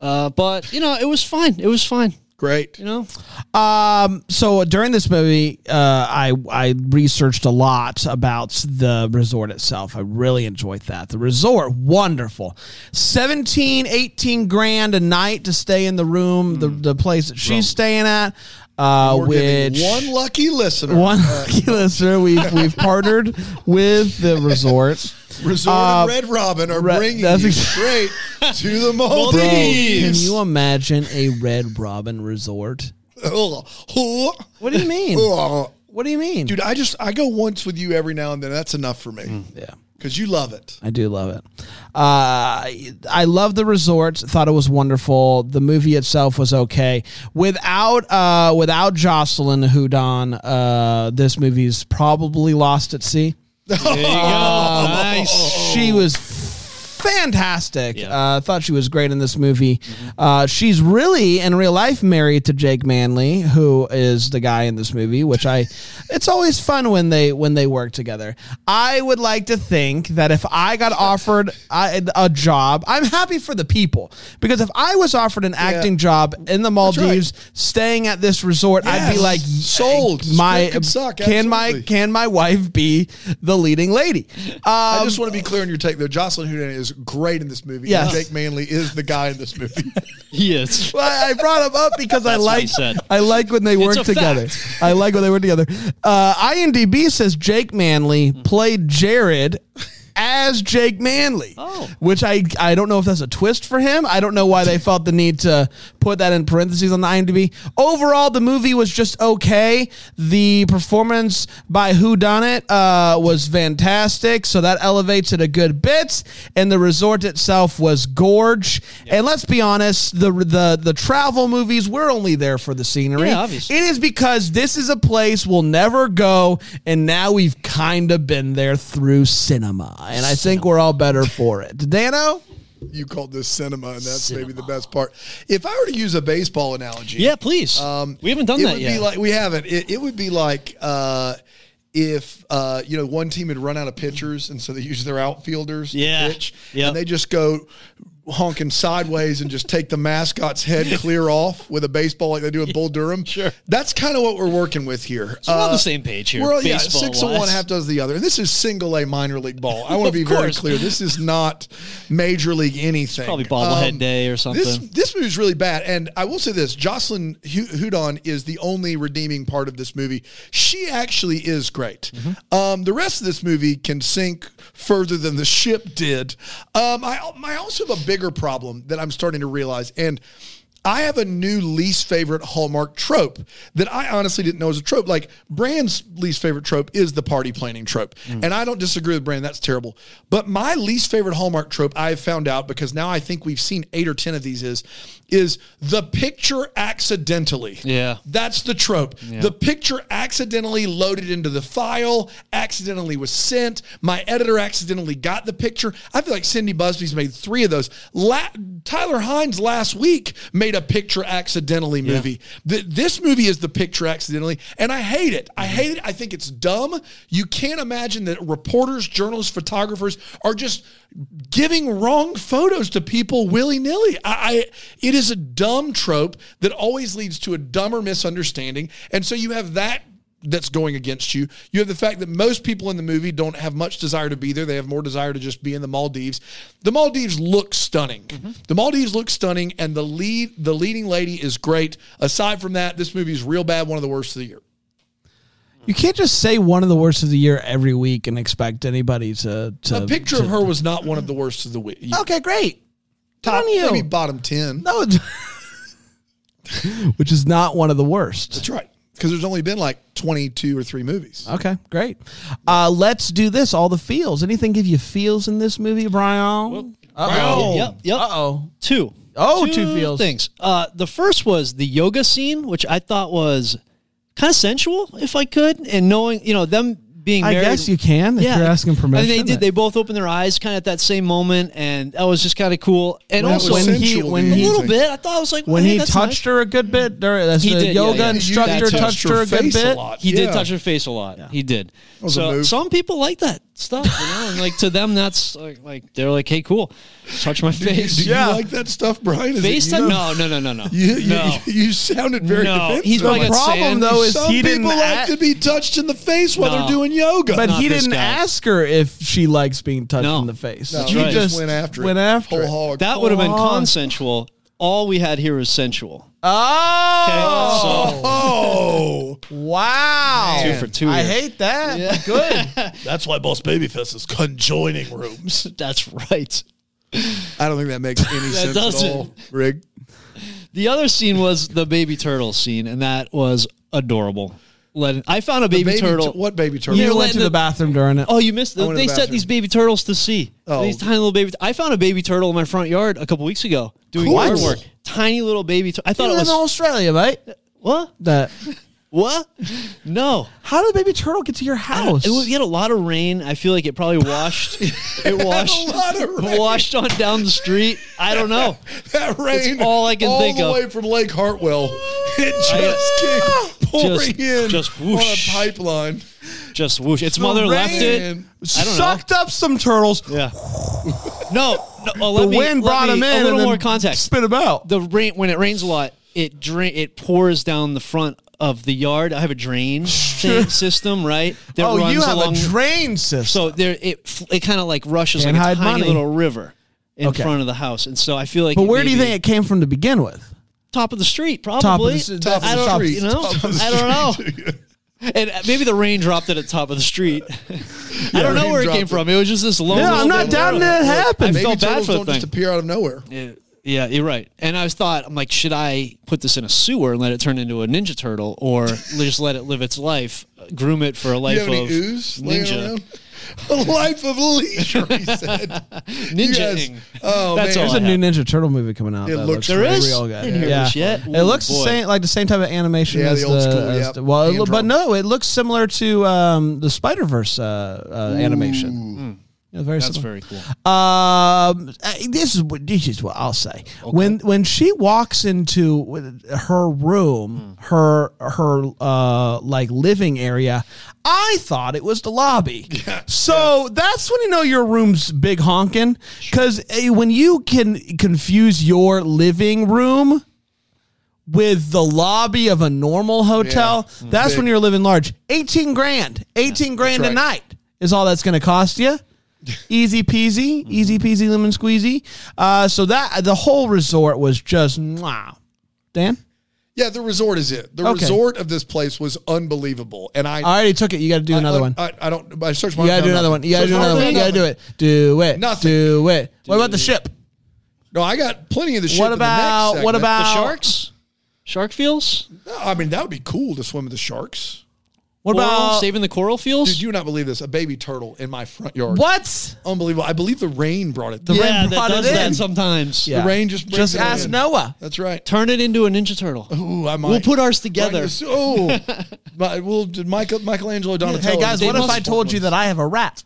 [SPEAKER 2] Uh, but you know, it was fine. It was fine.
[SPEAKER 3] Great.
[SPEAKER 2] You know,
[SPEAKER 1] Um, so during this movie, uh, I I researched a lot about the resort itself. I really enjoyed that. The resort, wonderful. 17, 18 grand a night to stay in the room, the, the place that she's staying at. Uh,
[SPEAKER 3] Hmm. We're
[SPEAKER 1] which
[SPEAKER 3] giving one uh, lucky listener.
[SPEAKER 1] One lucky listener we've we've partnered with the resort.
[SPEAKER 3] Resort
[SPEAKER 1] Uh,
[SPEAKER 3] and Red Robin are
[SPEAKER 1] Re-
[SPEAKER 3] bringing
[SPEAKER 1] that's
[SPEAKER 3] you
[SPEAKER 1] ex-
[SPEAKER 3] straight to the
[SPEAKER 1] Bro, can
[SPEAKER 3] Maldives.
[SPEAKER 1] you imagine a Red Robin resort?
[SPEAKER 3] Ugh.
[SPEAKER 1] What do you mean?
[SPEAKER 3] Ugh.
[SPEAKER 1] What do you mean?
[SPEAKER 3] Dude, I just I go once with you every now and then. That's enough for
[SPEAKER 2] Mm.
[SPEAKER 3] me
[SPEAKER 1] yeah.
[SPEAKER 3] because you love it.
[SPEAKER 1] I do love it. Uh, I love the resort. Thought it was wonderful. The movie itself was okay. Without uh, without Jocelyn Houdon, uh, this movie's probably lost at sea. Um,
[SPEAKER 2] nice.
[SPEAKER 1] She was fantastic.
[SPEAKER 2] Yeah.
[SPEAKER 1] Uh, thought she was great in this movie. Uh, she's really in real life married to Jake Manley, who is the guy in this movie. Which I, it's always fun when they when they work together. I would like to think that if I got offered a, a job, I'm happy for the people because if I was offered an acting job in the
[SPEAKER 3] right.
[SPEAKER 1] Maldives, staying at this resort, I'd be
[SPEAKER 3] Yes.
[SPEAKER 1] like uh,
[SPEAKER 3] Sold.
[SPEAKER 1] My
[SPEAKER 3] Script could suck,
[SPEAKER 1] can my
[SPEAKER 3] absolutely.
[SPEAKER 1] can my wife be the leading lady? Um,
[SPEAKER 3] I just want to be clear on your take though. Jocelyn Houdan is great in this movie.
[SPEAKER 1] Yes.
[SPEAKER 3] and Jake Manley is the guy in this movie.
[SPEAKER 2] Yes.
[SPEAKER 1] Well, I brought them up because I
[SPEAKER 2] That's what he
[SPEAKER 1] like
[SPEAKER 2] said.
[SPEAKER 1] I like when they work
[SPEAKER 2] a
[SPEAKER 1] together. I like when they work together. Uh, IMDb says Jake Manley played Jared as Jake Manley,
[SPEAKER 2] Oh.
[SPEAKER 1] which I I don't know if that's a twist for him. I don't know why they felt the need to put that in parentheses on the IMDb. Overall, the movie was just okay. The performance by Who Done It uh, was fantastic, so that elevates it a good bit. And the resort itself was gorge. And let's be honest, the the the travel movies we're only there for the scenery.
[SPEAKER 2] Yeah, obviously.
[SPEAKER 1] It is because this is a place we'll never go, and now we've kind of been there through cinema, and I think we're all better for it. Dano,
[SPEAKER 3] you called this cinema, and that's maybe the best part. If I were to use a baseball analogy,
[SPEAKER 2] Yeah, please.
[SPEAKER 1] um,
[SPEAKER 2] we haven't done
[SPEAKER 3] it
[SPEAKER 2] that
[SPEAKER 3] would
[SPEAKER 2] yet.
[SPEAKER 3] Be like we haven't. It, it would be like uh, if uh, you know one team had run out of pitchers, and so they use their outfielders
[SPEAKER 2] Yeah.
[SPEAKER 3] to pitch,
[SPEAKER 2] Yep.
[SPEAKER 3] and they just go honking sideways and just take the mascot's head clear off with a baseball like they do in Bull Durham. Sure, that's kind of what we're working with here.
[SPEAKER 2] So we're on the same page here,
[SPEAKER 3] Uh, We're all- yeah,
[SPEAKER 2] baseball
[SPEAKER 3] six of one,
[SPEAKER 2] wise.
[SPEAKER 3] half dozen of the other, and this is single A minor league ball. I want to
[SPEAKER 2] Of
[SPEAKER 3] be very
[SPEAKER 2] course.
[SPEAKER 3] clear. This is not major league anything. Um,
[SPEAKER 2] Probably bobblehead day or
[SPEAKER 3] This
[SPEAKER 2] something.
[SPEAKER 3] this movie's really bad, and I will say this: Jocelyn Hu- Houdon is the only redeeming part of this movie. She actually is great.
[SPEAKER 2] Mm-hmm.
[SPEAKER 3] Um, the rest of this movie can sink further than the ship did. Um, I I also have a bigger problem that I'm starting to realize, and. I have a new least favorite Hallmark trope that I honestly didn't know was a trope. Like Brand's least favorite trope is the party planning trope. And I don't disagree with Brand, that's terrible. But my least favorite Hallmark trope I've found out because now I think we've seen 8 or 10 of these is is the picture accidentally.
[SPEAKER 2] Yeah.
[SPEAKER 3] That's the trope. The picture accidentally loaded into the file, accidentally was sent. My editor accidentally got the picture. I feel like Cindy Busby's made three of those. La- Tyler Hines last week made a picture accidentally movie. Th- this movie is the picture accidentally, and I hate it. I hate it. I think it's dumb. You can't imagine that reporters, journalists, photographers are just giving wrong photos to people willy nilly. I, I it is a dumb trope that always leads to a dumber misunderstanding, and so you have that that's going against you. You have the fact that most people in the movie don't have much desire to be there. They have more desire to just be in the Maldives. The Maldives look stunning.
[SPEAKER 2] Mm-hmm.
[SPEAKER 3] The Maldives look stunning and the lead the leading lady is great. Aside from that, this movie is real bad, one of the worst of the year.
[SPEAKER 1] you can't just say one of the worst of the year every week and expect anybody to to
[SPEAKER 2] Um,
[SPEAKER 3] A picture of her was not one of the worst of the week.
[SPEAKER 2] Oh,
[SPEAKER 1] Okay, great.
[SPEAKER 3] Top,
[SPEAKER 1] on you.
[SPEAKER 3] maybe bottom 10.
[SPEAKER 1] No, it's which is not one of the worst.
[SPEAKER 3] That's right. Because there's only been like 22 or 3 movies.
[SPEAKER 1] Okay, great. Uh, let's do this. All the feels. Anything give you feels in this movie, Brian?
[SPEAKER 2] Brian. Yep, yep.
[SPEAKER 1] oh.
[SPEAKER 2] two.
[SPEAKER 1] Oh, two feels.
[SPEAKER 2] things. Uh, the first was the yoga scene, which I thought was kind of sensual, if I could, and knowing you know them being.
[SPEAKER 1] I
[SPEAKER 2] married,
[SPEAKER 1] guess you can if you're asking permission.
[SPEAKER 2] And they did. They both opened their eyes kind of at that same moment, and that was just kind of cool. And
[SPEAKER 1] When-
[SPEAKER 2] also
[SPEAKER 1] when he-
[SPEAKER 3] sensual,
[SPEAKER 1] when
[SPEAKER 3] do
[SPEAKER 2] a
[SPEAKER 3] you
[SPEAKER 1] he-
[SPEAKER 2] little
[SPEAKER 3] think?
[SPEAKER 2] bit, I thought I was like
[SPEAKER 1] when
[SPEAKER 2] hey,
[SPEAKER 1] he
[SPEAKER 2] that's
[SPEAKER 1] touched
[SPEAKER 2] nice.
[SPEAKER 1] her a good bit, during, that's
[SPEAKER 2] He
[SPEAKER 1] the
[SPEAKER 2] did, yeah,
[SPEAKER 1] yoga
[SPEAKER 2] yeah.
[SPEAKER 1] instructor
[SPEAKER 2] You-
[SPEAKER 1] touched,
[SPEAKER 2] that
[SPEAKER 1] her a good
[SPEAKER 3] face
[SPEAKER 1] bit.
[SPEAKER 3] lot.
[SPEAKER 2] He did
[SPEAKER 3] Yeah.
[SPEAKER 2] touch her face a lot. He did.
[SPEAKER 3] was a
[SPEAKER 2] So
[SPEAKER 3] move.
[SPEAKER 2] some people like that stuff, you know, and like to them that's like, like they're like, hey, cool, touch my
[SPEAKER 3] Do you,
[SPEAKER 2] face.
[SPEAKER 3] do you
[SPEAKER 1] Yeah.
[SPEAKER 3] like that stuff, Brian? Is it
[SPEAKER 2] Face
[SPEAKER 3] you?
[SPEAKER 2] touch? No, no, no, no, no.
[SPEAKER 3] You, you,
[SPEAKER 2] no.
[SPEAKER 3] you sounded very
[SPEAKER 2] No,
[SPEAKER 3] defensive.
[SPEAKER 2] he's probably
[SPEAKER 1] The
[SPEAKER 2] got
[SPEAKER 1] problem
[SPEAKER 2] sand.
[SPEAKER 1] though is
[SPEAKER 3] Some
[SPEAKER 1] he didn't.
[SPEAKER 3] people like
[SPEAKER 1] a-
[SPEAKER 3] to be touched in the face while
[SPEAKER 2] No.
[SPEAKER 3] they're doing yoga.
[SPEAKER 1] but
[SPEAKER 2] Not
[SPEAKER 1] he
[SPEAKER 2] this
[SPEAKER 1] didn't
[SPEAKER 2] guy.
[SPEAKER 1] ask her if she likes being touched
[SPEAKER 2] No.
[SPEAKER 1] in the face.
[SPEAKER 3] No,
[SPEAKER 1] He
[SPEAKER 2] right.
[SPEAKER 3] just went after it.
[SPEAKER 1] went after
[SPEAKER 3] Whole
[SPEAKER 1] it.
[SPEAKER 3] hog.
[SPEAKER 2] That would have been
[SPEAKER 1] Hold on.
[SPEAKER 2] consensual. all we had here was sensual. Okay,
[SPEAKER 1] Oh,
[SPEAKER 3] Oh,
[SPEAKER 1] wow.
[SPEAKER 2] Two for two
[SPEAKER 1] I
[SPEAKER 2] here.
[SPEAKER 1] hate that. Good.
[SPEAKER 3] that's why Boss Babyfist is conjoining rooms.
[SPEAKER 2] so that's right.
[SPEAKER 3] I don't think that makes any sense
[SPEAKER 2] doesn't.
[SPEAKER 3] at all, Rig.
[SPEAKER 2] The other scene was the baby turtle scene, and that was adorable. Let I found a baby,
[SPEAKER 3] Baby
[SPEAKER 2] turtle.
[SPEAKER 3] tur- what baby turtle?
[SPEAKER 1] You
[SPEAKER 2] You're
[SPEAKER 1] went
[SPEAKER 2] letting
[SPEAKER 1] to the
[SPEAKER 2] the-
[SPEAKER 1] bathroom during it.
[SPEAKER 2] Oh, you missed.
[SPEAKER 3] I went to
[SPEAKER 2] they
[SPEAKER 3] the
[SPEAKER 2] set
[SPEAKER 3] bathroom.
[SPEAKER 2] these baby turtles to sea.
[SPEAKER 3] Oh.
[SPEAKER 2] These tiny little baby. I found a baby turtle in my front yard a couple weeks ago doing
[SPEAKER 3] What?
[SPEAKER 2] yard work. Tiny little baby. Tur- I thought
[SPEAKER 1] you
[SPEAKER 2] it
[SPEAKER 1] live
[SPEAKER 2] was
[SPEAKER 1] in Australia, mate.
[SPEAKER 2] what?
[SPEAKER 1] That.
[SPEAKER 2] What? No.
[SPEAKER 1] How did the baby turtle get to your house?
[SPEAKER 2] It was, we had a lot of rain. I feel like it probably washed. it washed.
[SPEAKER 3] lot of rain.
[SPEAKER 2] Washed on down the street. I don't know.
[SPEAKER 3] That rain
[SPEAKER 2] all I can think
[SPEAKER 3] the
[SPEAKER 2] of.
[SPEAKER 3] way from Lake Hartwell. It just came pouring
[SPEAKER 2] Just-
[SPEAKER 3] in
[SPEAKER 2] just
[SPEAKER 3] on a
[SPEAKER 2] whoosh.
[SPEAKER 3] pipeline.
[SPEAKER 2] Just whoosh. Its mother left it. I
[SPEAKER 3] rain
[SPEAKER 2] don't know.
[SPEAKER 1] sucked up some turtles.
[SPEAKER 2] Yeah. No. no oh, let
[SPEAKER 1] The
[SPEAKER 2] me,
[SPEAKER 1] wind
[SPEAKER 2] let
[SPEAKER 1] brought
[SPEAKER 2] me-
[SPEAKER 1] him in.
[SPEAKER 2] A little
[SPEAKER 1] and
[SPEAKER 2] more
[SPEAKER 1] then
[SPEAKER 2] context.
[SPEAKER 1] Spit him out.
[SPEAKER 2] the rain when it rains a lot, it drain it pours down the front of the yard. I have a drain thing, system, right? That
[SPEAKER 1] oh, you have
[SPEAKER 2] along,
[SPEAKER 1] a drain system.
[SPEAKER 2] so there it f- it kind of like rushes
[SPEAKER 1] Can't
[SPEAKER 2] like a
[SPEAKER 1] hide
[SPEAKER 2] tiny
[SPEAKER 1] money.
[SPEAKER 2] little river in
[SPEAKER 1] Okay.
[SPEAKER 2] front of the house, and so I feel like.
[SPEAKER 1] but
[SPEAKER 2] it
[SPEAKER 1] where
[SPEAKER 2] may
[SPEAKER 1] do you
[SPEAKER 2] be
[SPEAKER 1] think it came from to begin with?
[SPEAKER 2] top of the street? Probably
[SPEAKER 1] Top of the,
[SPEAKER 3] Top of
[SPEAKER 2] I
[SPEAKER 3] the
[SPEAKER 2] don't,
[SPEAKER 3] street.
[SPEAKER 2] You know,
[SPEAKER 3] Top of the
[SPEAKER 2] I don't know.
[SPEAKER 3] street.
[SPEAKER 2] And maybe the rain dropped it at the top of the street. I don't know
[SPEAKER 3] rain
[SPEAKER 2] where it came
[SPEAKER 3] dropped it.
[SPEAKER 2] from. It was just this long.
[SPEAKER 1] Yeah, I'm not doubting that
[SPEAKER 2] down
[SPEAKER 1] it happened.
[SPEAKER 2] I
[SPEAKER 3] Baby
[SPEAKER 2] felt bad
[SPEAKER 3] turtles
[SPEAKER 2] for the
[SPEAKER 3] don't
[SPEAKER 2] thing.
[SPEAKER 3] just appear out of nowhere.
[SPEAKER 2] Yeah, yeah, you're right. And I was thought, I'm like, should I put this in a sewer and let it turn into a Ninja Turtle, or just let it live its life, groom it for a life
[SPEAKER 3] you have any
[SPEAKER 2] of
[SPEAKER 3] ooze laying
[SPEAKER 2] ninja,
[SPEAKER 3] around? A life of leisure, he said. You guys-
[SPEAKER 2] ninja.
[SPEAKER 3] oh
[SPEAKER 2] That's
[SPEAKER 3] man,
[SPEAKER 2] all.
[SPEAKER 1] There's a new Ninja Turtle movie coming out.
[SPEAKER 3] It
[SPEAKER 1] that
[SPEAKER 3] looks
[SPEAKER 2] There is?
[SPEAKER 1] real good.
[SPEAKER 2] I didn't hear
[SPEAKER 1] Yeah.
[SPEAKER 2] this yet.
[SPEAKER 1] It
[SPEAKER 2] Ooh,
[SPEAKER 1] looks the
[SPEAKER 2] boy.
[SPEAKER 1] same, like the same type of animation
[SPEAKER 3] Yeah,
[SPEAKER 1] as
[SPEAKER 3] the old school,
[SPEAKER 1] as
[SPEAKER 3] yep.
[SPEAKER 1] the- well,
[SPEAKER 3] Hand
[SPEAKER 1] but
[SPEAKER 3] drawn.
[SPEAKER 1] no, it looks similar to um, the Spider Verse uh, uh, animation. Yeah, very
[SPEAKER 2] That's
[SPEAKER 1] similar.
[SPEAKER 2] very cool.
[SPEAKER 1] Um, I- this is what this is what I'll say. When when she walks into her room, her her uh like living area, I thought it was the lobby. so that's when you know your room's big honking because when you can confuse your living room with the lobby of a normal hotel, that's when you're living large. Eighteen grand, eighteen grand a
[SPEAKER 3] right.
[SPEAKER 1] night is all that's going to cost you. Easy peasy, easy peasy lemon squeezy. Uh, so that the whole resort was just wow. Dan,
[SPEAKER 3] yeah, the resort is it. The
[SPEAKER 1] Okay.
[SPEAKER 3] resort of this place was unbelievable, and I,
[SPEAKER 1] I already took it. You got to do another
[SPEAKER 3] I,
[SPEAKER 1] one.
[SPEAKER 3] I, I don't. I searched my.
[SPEAKER 1] You got to do
[SPEAKER 3] found
[SPEAKER 1] another one.
[SPEAKER 3] nothing.
[SPEAKER 1] You got to do
[SPEAKER 3] Searched my
[SPEAKER 1] another one.
[SPEAKER 3] found
[SPEAKER 1] You got to do it. Do it.
[SPEAKER 3] Nothing.
[SPEAKER 1] Do it. What about the ship?
[SPEAKER 3] No, I got plenty of the shit.
[SPEAKER 1] What
[SPEAKER 3] in the next
[SPEAKER 1] about what
[SPEAKER 3] segment.
[SPEAKER 1] about
[SPEAKER 2] The sharks, shark feels.
[SPEAKER 3] No, I mean, that would be cool to swim with the sharks.
[SPEAKER 1] What
[SPEAKER 2] coral,
[SPEAKER 1] about
[SPEAKER 2] saving the coral feels.
[SPEAKER 3] Dude, you would not believe this? A baby turtle in my front yard.
[SPEAKER 1] what?
[SPEAKER 3] Unbelievable. I believe the rain brought it.
[SPEAKER 1] The
[SPEAKER 3] The,
[SPEAKER 2] yeah,
[SPEAKER 1] rain
[SPEAKER 2] that
[SPEAKER 1] brought
[SPEAKER 2] does
[SPEAKER 1] it
[SPEAKER 2] that
[SPEAKER 1] in.
[SPEAKER 2] sometimes.
[SPEAKER 1] Yeah.
[SPEAKER 3] rain just brings
[SPEAKER 1] Just
[SPEAKER 3] it
[SPEAKER 1] ask
[SPEAKER 3] in.
[SPEAKER 1] Noah.
[SPEAKER 3] That's right.
[SPEAKER 2] Turn it into a Ninja Turtle.
[SPEAKER 3] Ooh, I might.
[SPEAKER 2] We'll put ours
[SPEAKER 3] Like
[SPEAKER 2] together.
[SPEAKER 3] this- Oh, my, well, did Michael, Michelangelo Donatello.
[SPEAKER 1] Hey guys,
[SPEAKER 3] did
[SPEAKER 1] what if
[SPEAKER 3] multiple
[SPEAKER 1] I told you
[SPEAKER 3] ones.
[SPEAKER 1] that I have a rat?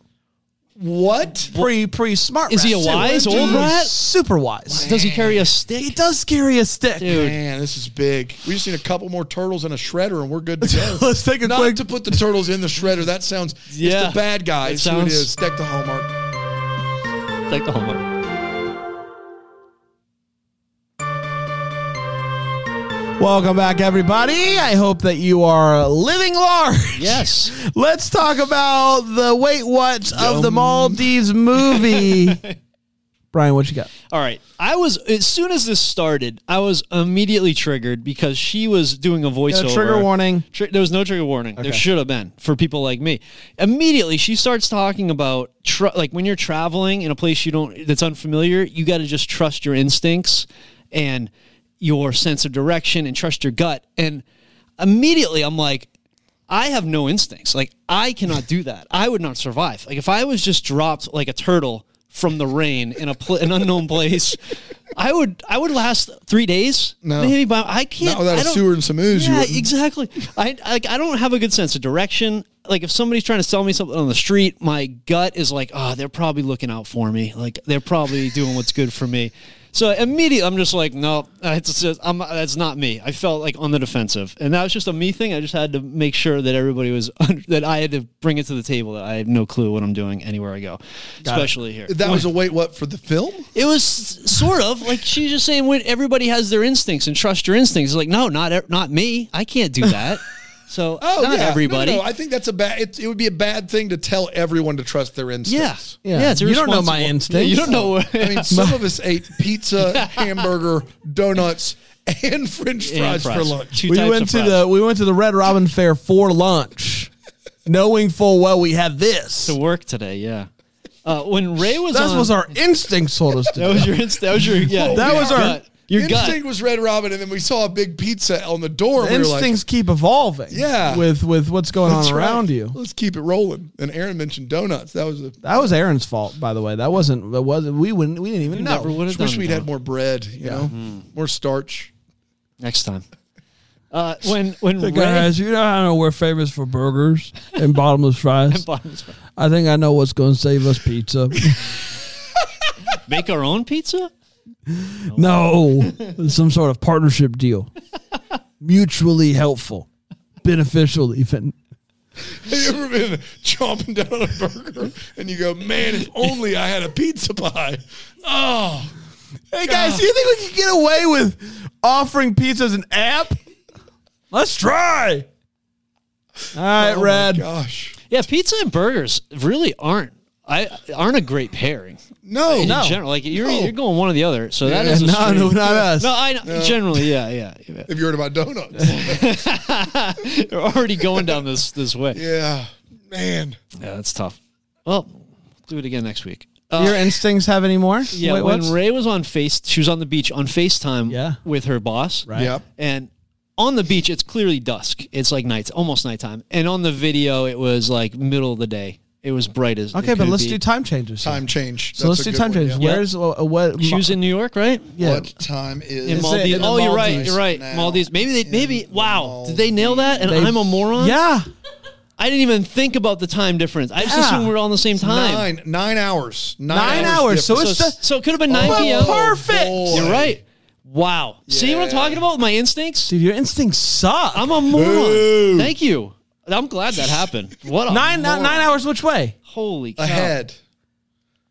[SPEAKER 3] What?
[SPEAKER 1] Pretty pretty smart.
[SPEAKER 2] Is
[SPEAKER 1] rat.
[SPEAKER 2] he a wise
[SPEAKER 1] Super-
[SPEAKER 2] old rat?
[SPEAKER 1] Super wise.
[SPEAKER 2] Does he carry a stick?
[SPEAKER 1] He does carry a stick.
[SPEAKER 2] Dude.
[SPEAKER 3] Man, this is big. We just need a couple more turtles and a shredder, and we're good to go.
[SPEAKER 1] Let's take a
[SPEAKER 3] Not
[SPEAKER 1] quick.
[SPEAKER 3] to put the turtles in the shredder. That sounds.
[SPEAKER 2] Yeah.
[SPEAKER 3] It's the bad guy.
[SPEAKER 2] It
[SPEAKER 3] It's who it
[SPEAKER 2] sounds-
[SPEAKER 3] is. Deck the hallmark.
[SPEAKER 2] Take the homework.
[SPEAKER 1] Welcome back, everybody. I hope that you are living large.
[SPEAKER 2] Yes.
[SPEAKER 1] Let's talk about the wait what of the Maldives movie. Brian, what you got?
[SPEAKER 2] All right. I was as soon as this started, I was immediately triggered because she was doing a voiceover.
[SPEAKER 1] trigger warning.
[SPEAKER 2] Tri- there was no trigger warning. There
[SPEAKER 1] Okay.
[SPEAKER 2] should have been for people like me. Immediately, she starts talking about tr- like when you're traveling in a place you don't that's unfamiliar, you got to just trust your instincts and your sense of direction and trust your gut. And immediately, I'm like, I have no instincts. Like I cannot do that. I would not survive. Like if I was just dropped like a turtle from the rain in a pl- an unknown place, I would I would last three days.
[SPEAKER 3] No.
[SPEAKER 2] maybe. But I can't.
[SPEAKER 3] Not without
[SPEAKER 2] I
[SPEAKER 3] a
[SPEAKER 2] don't-
[SPEAKER 3] sewer and some ooze, you
[SPEAKER 2] Yeah,
[SPEAKER 3] wouldn't.
[SPEAKER 2] exactly. I like I don't have a good sense of direction. Like if somebody's trying to sell me something on the street, my gut is like, oh, they're probably looking out for me. Like they're probably doing what's good for me. So immediately, I'm just like, no, it's just, I'm, that's not me. I felt like on the defensive, and that was just a me thing. I just had to make sure that everybody was that I had to bring it to the table that I have no clue what I'm doing anywhere I go, especially here.
[SPEAKER 3] That was a wait. What for the film?
[SPEAKER 2] It was s- sort of like she's just saying when everybody has their instincts and trust your instincts. It's like no, not e- not me. I can't do that. So
[SPEAKER 3] Oh,
[SPEAKER 2] not
[SPEAKER 3] yeah.
[SPEAKER 2] everybody.
[SPEAKER 3] No, no, no. I think that's a bad. It, it would be a bad thing to tell everyone to trust their
[SPEAKER 2] yeah.
[SPEAKER 3] instincts.
[SPEAKER 2] yeah, It's
[SPEAKER 1] You don't know my
[SPEAKER 2] irresponsible.
[SPEAKER 1] instincts.
[SPEAKER 2] You don't know. what-
[SPEAKER 3] I mean, some of us ate pizza, hamburger, donuts, and French fries,
[SPEAKER 2] And
[SPEAKER 3] for
[SPEAKER 2] fries.
[SPEAKER 3] lunch.
[SPEAKER 2] Two
[SPEAKER 1] we
[SPEAKER 2] types
[SPEAKER 1] went
[SPEAKER 2] of
[SPEAKER 1] to
[SPEAKER 2] fries.
[SPEAKER 1] the we went to the Red Robin Fair for lunch, knowing full well we had this.
[SPEAKER 2] to work today. Yeah. Uh, when Ray was
[SPEAKER 1] That
[SPEAKER 2] on,
[SPEAKER 1] was our instincts told us to.
[SPEAKER 2] that
[SPEAKER 1] do.
[SPEAKER 2] was your inst- that was your yeah
[SPEAKER 1] That was
[SPEAKER 2] your
[SPEAKER 1] our-
[SPEAKER 2] gut. your
[SPEAKER 3] Instinct
[SPEAKER 2] gut.
[SPEAKER 3] was Red Robin, and then we saw a big pizza on the door. and we were like,
[SPEAKER 1] instincts keep evolving.
[SPEAKER 3] Yeah.
[SPEAKER 1] with with what's going
[SPEAKER 3] "That's
[SPEAKER 1] on
[SPEAKER 3] right.
[SPEAKER 1] around you.
[SPEAKER 3] Let's keep it rolling. And Aaron mentioned donuts. That was a.
[SPEAKER 1] That was Aaron's fault, by the way. That wasn't. That was we wouldn't. We didn't even know.
[SPEAKER 2] Never would have
[SPEAKER 3] Just
[SPEAKER 2] done
[SPEAKER 3] wish we'd
[SPEAKER 2] that. Hmm.
[SPEAKER 3] had more bread. You know, more starch.
[SPEAKER 2] next time. Uh, when when Ray,
[SPEAKER 6] Guys, you know I know we're famous for burgers and bottomless fries. I think I know what's going to save us pizza.
[SPEAKER 2] make our own pizza.
[SPEAKER 6] no, some sort of partnership deal, mutually helpful, beneficial even.
[SPEAKER 3] Have you ever been chomping down on a burger and you go, man, if only I had a pizza pie? Oh,
[SPEAKER 1] Hey guys, do you think we could get away with offering pizza as an app? Let's try. All right,
[SPEAKER 3] oh my
[SPEAKER 1] Red.
[SPEAKER 3] gosh.
[SPEAKER 2] Yeah, pizza and burgers really aren't I aren't a great pairing
[SPEAKER 3] No,
[SPEAKER 2] in general. Like you're
[SPEAKER 3] No.
[SPEAKER 2] you're going one or the other. So that
[SPEAKER 1] Yeah,
[SPEAKER 2] is a
[SPEAKER 1] no,
[SPEAKER 2] strange-
[SPEAKER 1] no, not us.
[SPEAKER 2] No, I know. generally yeah yeah. yeah.
[SPEAKER 3] Have you heard about donuts?
[SPEAKER 2] They're already going down this this way. Yeah,
[SPEAKER 3] yeah, man.
[SPEAKER 2] that's tough. Well, do it again next week. Uh,
[SPEAKER 1] Do your instincts have any more?
[SPEAKER 2] Yeah,
[SPEAKER 1] Wait,
[SPEAKER 2] when
[SPEAKER 1] what's-
[SPEAKER 2] Ray was on face, she was on the beach on Facetime
[SPEAKER 1] Yeah.
[SPEAKER 2] with her boss.
[SPEAKER 1] Right.
[SPEAKER 3] Yep.
[SPEAKER 2] And on the beach, it's clearly dusk. It's like night, almost nighttime. And on the video, it was like middle of the day. It was bright as.
[SPEAKER 1] Okay,
[SPEAKER 2] it
[SPEAKER 1] but
[SPEAKER 2] could
[SPEAKER 1] let's
[SPEAKER 2] be.
[SPEAKER 1] do time changes. here.
[SPEAKER 3] Time change.
[SPEAKER 1] So let's
[SPEAKER 3] That's a
[SPEAKER 1] do
[SPEAKER 3] good
[SPEAKER 1] time
[SPEAKER 3] one,
[SPEAKER 1] changes.
[SPEAKER 3] yeah.
[SPEAKER 1] Where's uh, what?
[SPEAKER 2] She was in New York, right?
[SPEAKER 1] yeah.
[SPEAKER 3] What time is
[SPEAKER 2] In
[SPEAKER 1] Is
[SPEAKER 3] it?
[SPEAKER 2] Maldives.
[SPEAKER 1] in the
[SPEAKER 2] oh, you're right.
[SPEAKER 1] Maldives
[SPEAKER 2] You're right.
[SPEAKER 3] now?
[SPEAKER 2] Maldives. Maybe they.
[SPEAKER 3] In
[SPEAKER 2] Maybe.
[SPEAKER 3] the
[SPEAKER 2] Wow. Did they nail that? And
[SPEAKER 1] They-
[SPEAKER 2] I'm a moron.
[SPEAKER 1] Yeah.
[SPEAKER 2] I didn't even think about the time difference. I just
[SPEAKER 1] Yeah.
[SPEAKER 2] assumed we were all on the same time.
[SPEAKER 3] Nine, nine hours. Nine,
[SPEAKER 1] Nine hours. So
[SPEAKER 3] difference.
[SPEAKER 2] So,
[SPEAKER 1] it's the,
[SPEAKER 2] so it could have been 9
[SPEAKER 1] Well,
[SPEAKER 2] p.m.
[SPEAKER 1] perfect.
[SPEAKER 3] Oh, boy.
[SPEAKER 2] You're right. Wow. See what I'm
[SPEAKER 3] Yeah.
[SPEAKER 2] talking about? with My instincts.
[SPEAKER 1] dude. Your instincts suck.
[SPEAKER 2] I'm a moron.
[SPEAKER 3] Boo.
[SPEAKER 2] Thank you. I'm glad that happened. What a
[SPEAKER 1] nine
[SPEAKER 2] moron.
[SPEAKER 1] nine hours. Which way?
[SPEAKER 2] Holy cow.
[SPEAKER 3] ahead.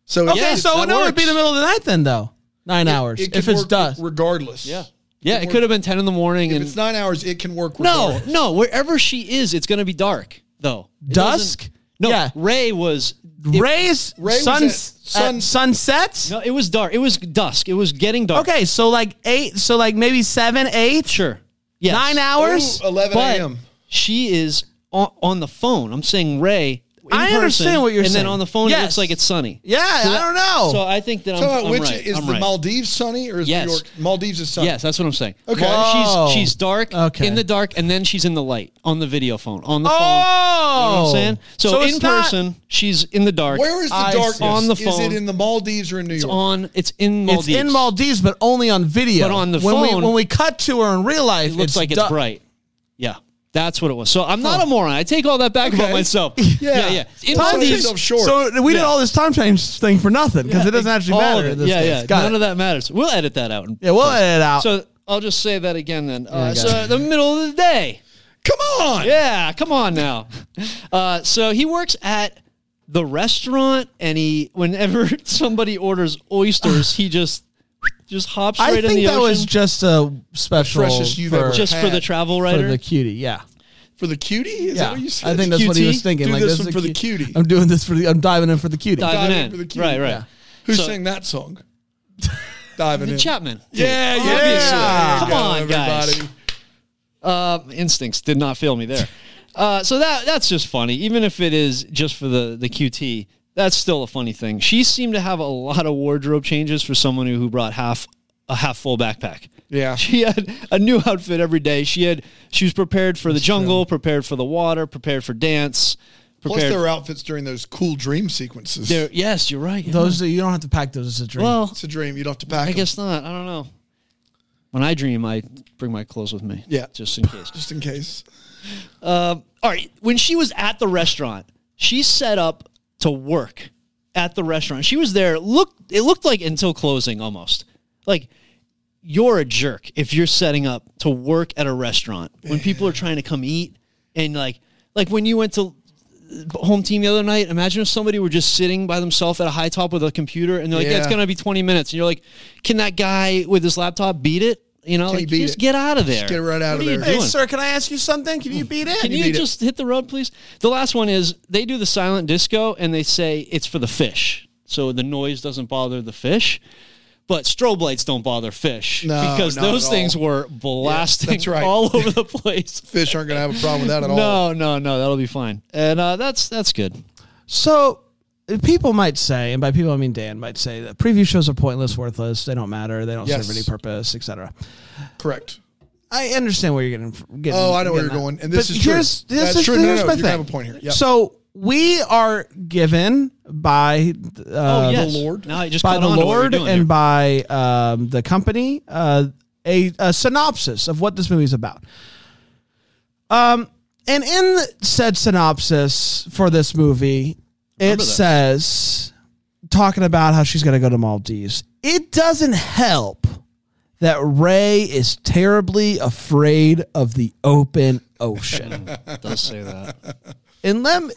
[SPEAKER 3] So
[SPEAKER 1] Okay,
[SPEAKER 2] Yes,
[SPEAKER 1] so
[SPEAKER 2] that
[SPEAKER 1] no, it'd be
[SPEAKER 2] works.
[SPEAKER 1] the middle of the night then, though. Nine hours
[SPEAKER 3] It can
[SPEAKER 1] if it's
[SPEAKER 3] work
[SPEAKER 1] dusk.
[SPEAKER 3] regardless.
[SPEAKER 2] Yeah. Yeah, it could have been 10 in the morning
[SPEAKER 3] If
[SPEAKER 2] and
[SPEAKER 3] it's nine hours, it can work.
[SPEAKER 2] No,
[SPEAKER 3] Regardless.
[SPEAKER 2] no, wherever she is, it's going to be dark though. It
[SPEAKER 1] Dusk?
[SPEAKER 2] doesn't- No,
[SPEAKER 1] Yeah.
[SPEAKER 2] Ray was it-
[SPEAKER 1] Rays,
[SPEAKER 3] Ray was
[SPEAKER 1] sun,
[SPEAKER 3] at
[SPEAKER 1] sun,
[SPEAKER 3] sun-
[SPEAKER 1] sunsets.
[SPEAKER 2] No, it was dark. It was dusk. It was getting dark.
[SPEAKER 1] Okay, so like eight, so like maybe seven, eight,
[SPEAKER 2] Sure. Yes.
[SPEAKER 1] nine hours.
[SPEAKER 3] Ooh, Eleven
[SPEAKER 2] But
[SPEAKER 3] a.m.
[SPEAKER 2] she is on, on the phone. I'm saying Ray in
[SPEAKER 1] I understand
[SPEAKER 2] person,
[SPEAKER 1] what you're
[SPEAKER 2] and
[SPEAKER 1] saying.
[SPEAKER 2] then on the phone it
[SPEAKER 1] Yes.
[SPEAKER 2] looks like it's sunny.
[SPEAKER 1] yeah, I don't know.
[SPEAKER 2] So I think that I'm,
[SPEAKER 3] Talk about
[SPEAKER 2] I'm
[SPEAKER 3] which
[SPEAKER 2] right.
[SPEAKER 3] is
[SPEAKER 2] I'm
[SPEAKER 3] the
[SPEAKER 2] right.
[SPEAKER 3] Maldives sunny or is
[SPEAKER 2] Yes.
[SPEAKER 3] New York Maldives is sunny?
[SPEAKER 2] Yes, that's what I'm saying.
[SPEAKER 3] Okay.
[SPEAKER 1] Whoa.
[SPEAKER 2] Well, she's she's dark
[SPEAKER 1] Oh. Okay.
[SPEAKER 2] in the dark, and then she's in the light on the video phone on the phone. You know
[SPEAKER 1] oh,
[SPEAKER 2] what I'm saying? So,
[SPEAKER 1] it's
[SPEAKER 2] in
[SPEAKER 1] not-
[SPEAKER 2] person, she's in the dark.
[SPEAKER 3] Where is the
[SPEAKER 1] I
[SPEAKER 3] darkness?
[SPEAKER 1] see.
[SPEAKER 2] On the
[SPEAKER 3] Is
[SPEAKER 2] phone.
[SPEAKER 3] it in the Maldives or in New
[SPEAKER 2] it's
[SPEAKER 3] York?
[SPEAKER 2] on? It's in Maldives.
[SPEAKER 1] it's in Maldives, but only on video.
[SPEAKER 2] But on the
[SPEAKER 1] when
[SPEAKER 2] phone-
[SPEAKER 1] we, when we cut to her in real life,
[SPEAKER 2] It looks like it's
[SPEAKER 1] du-
[SPEAKER 2] bright. Yeah, that's what it was. So I'm not a moron. I take all that back about
[SPEAKER 3] Okay.
[SPEAKER 2] myself.
[SPEAKER 3] Yeah.
[SPEAKER 2] yeah, yeah. In
[SPEAKER 3] Well,
[SPEAKER 2] Maldives,
[SPEAKER 3] yourself short.
[SPEAKER 1] So we did all this time change thing for nothing because it doesn't actually
[SPEAKER 2] all of
[SPEAKER 1] matter.
[SPEAKER 2] it.
[SPEAKER 1] in this
[SPEAKER 2] yeah,
[SPEAKER 1] case.
[SPEAKER 2] yeah.
[SPEAKER 1] Got
[SPEAKER 2] None
[SPEAKER 1] it.
[SPEAKER 2] of that matters. We'll edit that out.
[SPEAKER 1] Yeah, we'll edit it out.
[SPEAKER 2] So I'll just say that again then. Uh,
[SPEAKER 1] got
[SPEAKER 2] so the middle of the day.
[SPEAKER 3] Come on.
[SPEAKER 2] Yeah, come on now. Uh, so he works at the restaurant, and he whenever somebody orders oysters, he just just hops
[SPEAKER 1] I
[SPEAKER 2] right in
[SPEAKER 1] think
[SPEAKER 2] the
[SPEAKER 1] that
[SPEAKER 2] ocean
[SPEAKER 1] was just a special
[SPEAKER 3] freshest you've
[SPEAKER 1] for,
[SPEAKER 3] ever-
[SPEAKER 2] just for the travel
[SPEAKER 1] for
[SPEAKER 2] writer.
[SPEAKER 1] the cutie. Yeah.
[SPEAKER 3] For the cutie? Is that what you said?
[SPEAKER 1] I think that's what he
[SPEAKER 2] QT?
[SPEAKER 1] was thinking.
[SPEAKER 3] Do
[SPEAKER 1] like
[SPEAKER 3] this
[SPEAKER 1] is
[SPEAKER 3] one
[SPEAKER 1] a
[SPEAKER 3] for the
[SPEAKER 1] cu-
[SPEAKER 3] cutie.
[SPEAKER 1] I'm doing this for the. I'm diving in for the cutie.
[SPEAKER 2] diving,
[SPEAKER 3] diving
[SPEAKER 2] in,
[SPEAKER 3] for the cue.
[SPEAKER 2] right, right.
[SPEAKER 1] Yeah.
[SPEAKER 3] Who
[SPEAKER 2] So-
[SPEAKER 3] sang that song? Diving
[SPEAKER 2] The
[SPEAKER 3] in.
[SPEAKER 2] Chapman.
[SPEAKER 3] Yeah, yeah.
[SPEAKER 1] yeah.
[SPEAKER 2] Come
[SPEAKER 3] Go,
[SPEAKER 2] on, guys.
[SPEAKER 3] everybody.
[SPEAKER 2] Uh, instincts did not fail me there. Uh, so that that's just funny, even if it is just for the the QT. That's still a funny thing. She seemed to have a lot of wardrobe changes for someone who, who brought half a half full backpack.
[SPEAKER 3] Yeah.
[SPEAKER 2] she had a new outfit every day. She had she was prepared for the jungle, prepared for the water, prepared for dance,
[SPEAKER 3] Plus,
[SPEAKER 2] prepared.
[SPEAKER 3] there were outfits during those cool dream sequences.
[SPEAKER 2] there- yes, you're right. yeah.
[SPEAKER 1] Those you don't have to pack those as a drink.
[SPEAKER 2] well,
[SPEAKER 3] It's a dream. You don't have to pack
[SPEAKER 2] I
[SPEAKER 3] them.
[SPEAKER 2] guess not. I don't know. When I dream, I bring my clothes with me.
[SPEAKER 3] Yeah.
[SPEAKER 2] just in case.
[SPEAKER 3] Just in case.
[SPEAKER 2] all right, when she was at the restaurant, she set up to work at the restaurant. She was there. Look, it looked like until closing almost. Like you're a jerk if you're setting up to work at a restaurant when people are trying to come eat and like like when you went to home team the other night imagine if somebody were just sitting by themselves at a high top with a computer and they're like yeah, it's
[SPEAKER 3] Yeah.
[SPEAKER 2] gonna be 20 minutes and you're like can that guy with his laptop beat it You know,
[SPEAKER 3] Can he
[SPEAKER 2] like,
[SPEAKER 3] beat
[SPEAKER 2] just
[SPEAKER 3] it?
[SPEAKER 2] get out of there.
[SPEAKER 3] get her right out
[SPEAKER 2] What
[SPEAKER 3] of
[SPEAKER 2] are you
[SPEAKER 3] there.
[SPEAKER 1] Hey,
[SPEAKER 2] doing?
[SPEAKER 1] sir, can I ask you something? Can
[SPEAKER 3] Mm.
[SPEAKER 1] you beat it?
[SPEAKER 2] Can you,
[SPEAKER 3] beat it.
[SPEAKER 2] just hit the road, please? The last one is they do the silent disco and they say it's for the fish. So the noise doesn't bother the fish. But strobe lights don't bother fish
[SPEAKER 3] No,
[SPEAKER 2] because
[SPEAKER 3] not
[SPEAKER 2] those
[SPEAKER 3] at
[SPEAKER 2] things
[SPEAKER 3] all.
[SPEAKER 2] were blasting
[SPEAKER 3] that's right.
[SPEAKER 2] all over the place.
[SPEAKER 3] Fish aren't going to have a problem with that at all.
[SPEAKER 2] No, no, no, that'll be fine. And uh, that's that's good.
[SPEAKER 1] So uh, people might say, and by people I mean Dan might say that preview shows are pointless, worthless. They don't matter. They don't
[SPEAKER 3] Yes.
[SPEAKER 1] serve any purpose, etc.
[SPEAKER 3] Correct.
[SPEAKER 1] I understand where you're getting. fr- getting
[SPEAKER 3] Oh, I know where
[SPEAKER 1] getting
[SPEAKER 3] you're
[SPEAKER 1] at.
[SPEAKER 3] going, and this
[SPEAKER 1] But
[SPEAKER 3] is true.
[SPEAKER 1] here's- This
[SPEAKER 3] That's
[SPEAKER 1] is
[SPEAKER 3] true. No,
[SPEAKER 1] Here's
[SPEAKER 3] no,
[SPEAKER 1] my
[SPEAKER 3] you
[SPEAKER 1] thing.
[SPEAKER 3] have a point here. Yep.
[SPEAKER 1] So we are given by uh,
[SPEAKER 2] oh, yes.
[SPEAKER 3] Lord?
[SPEAKER 2] Now I just
[SPEAKER 1] by
[SPEAKER 2] caught
[SPEAKER 1] the
[SPEAKER 2] on to what we're
[SPEAKER 1] Lord
[SPEAKER 2] doing
[SPEAKER 1] and
[SPEAKER 2] here.
[SPEAKER 1] by um, the company uh, a, a synopsis of what this movie is about. Um, and in said synopsis for this movie, it
[SPEAKER 2] Remember this.
[SPEAKER 1] says talking about how she's going to go to Maldives. It doesn't help that Ray is terribly afraid of the open ocean.
[SPEAKER 2] does say that.
[SPEAKER 1] and let me,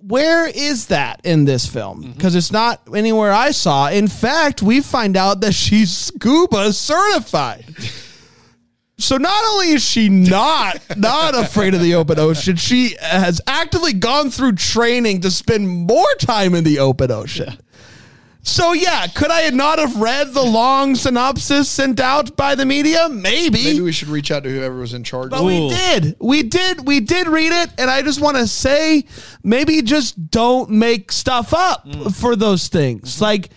[SPEAKER 1] where is that in this film?
[SPEAKER 3] Mm-hmm.
[SPEAKER 1] Because it's not anywhere I saw. In fact, we find out that she's scuba certified. So not only is she not not afraid of the open ocean, she has actively gone through training to spend more time in the open ocean. So yeah, could I not have read the long synopsis sent out by the media?
[SPEAKER 3] Maybe we should reach out to whoever was in charge.
[SPEAKER 1] But we
[SPEAKER 2] Ooh.
[SPEAKER 1] did. We did. We did read it. And I just want to say maybe just don't make stuff up for those things. Like,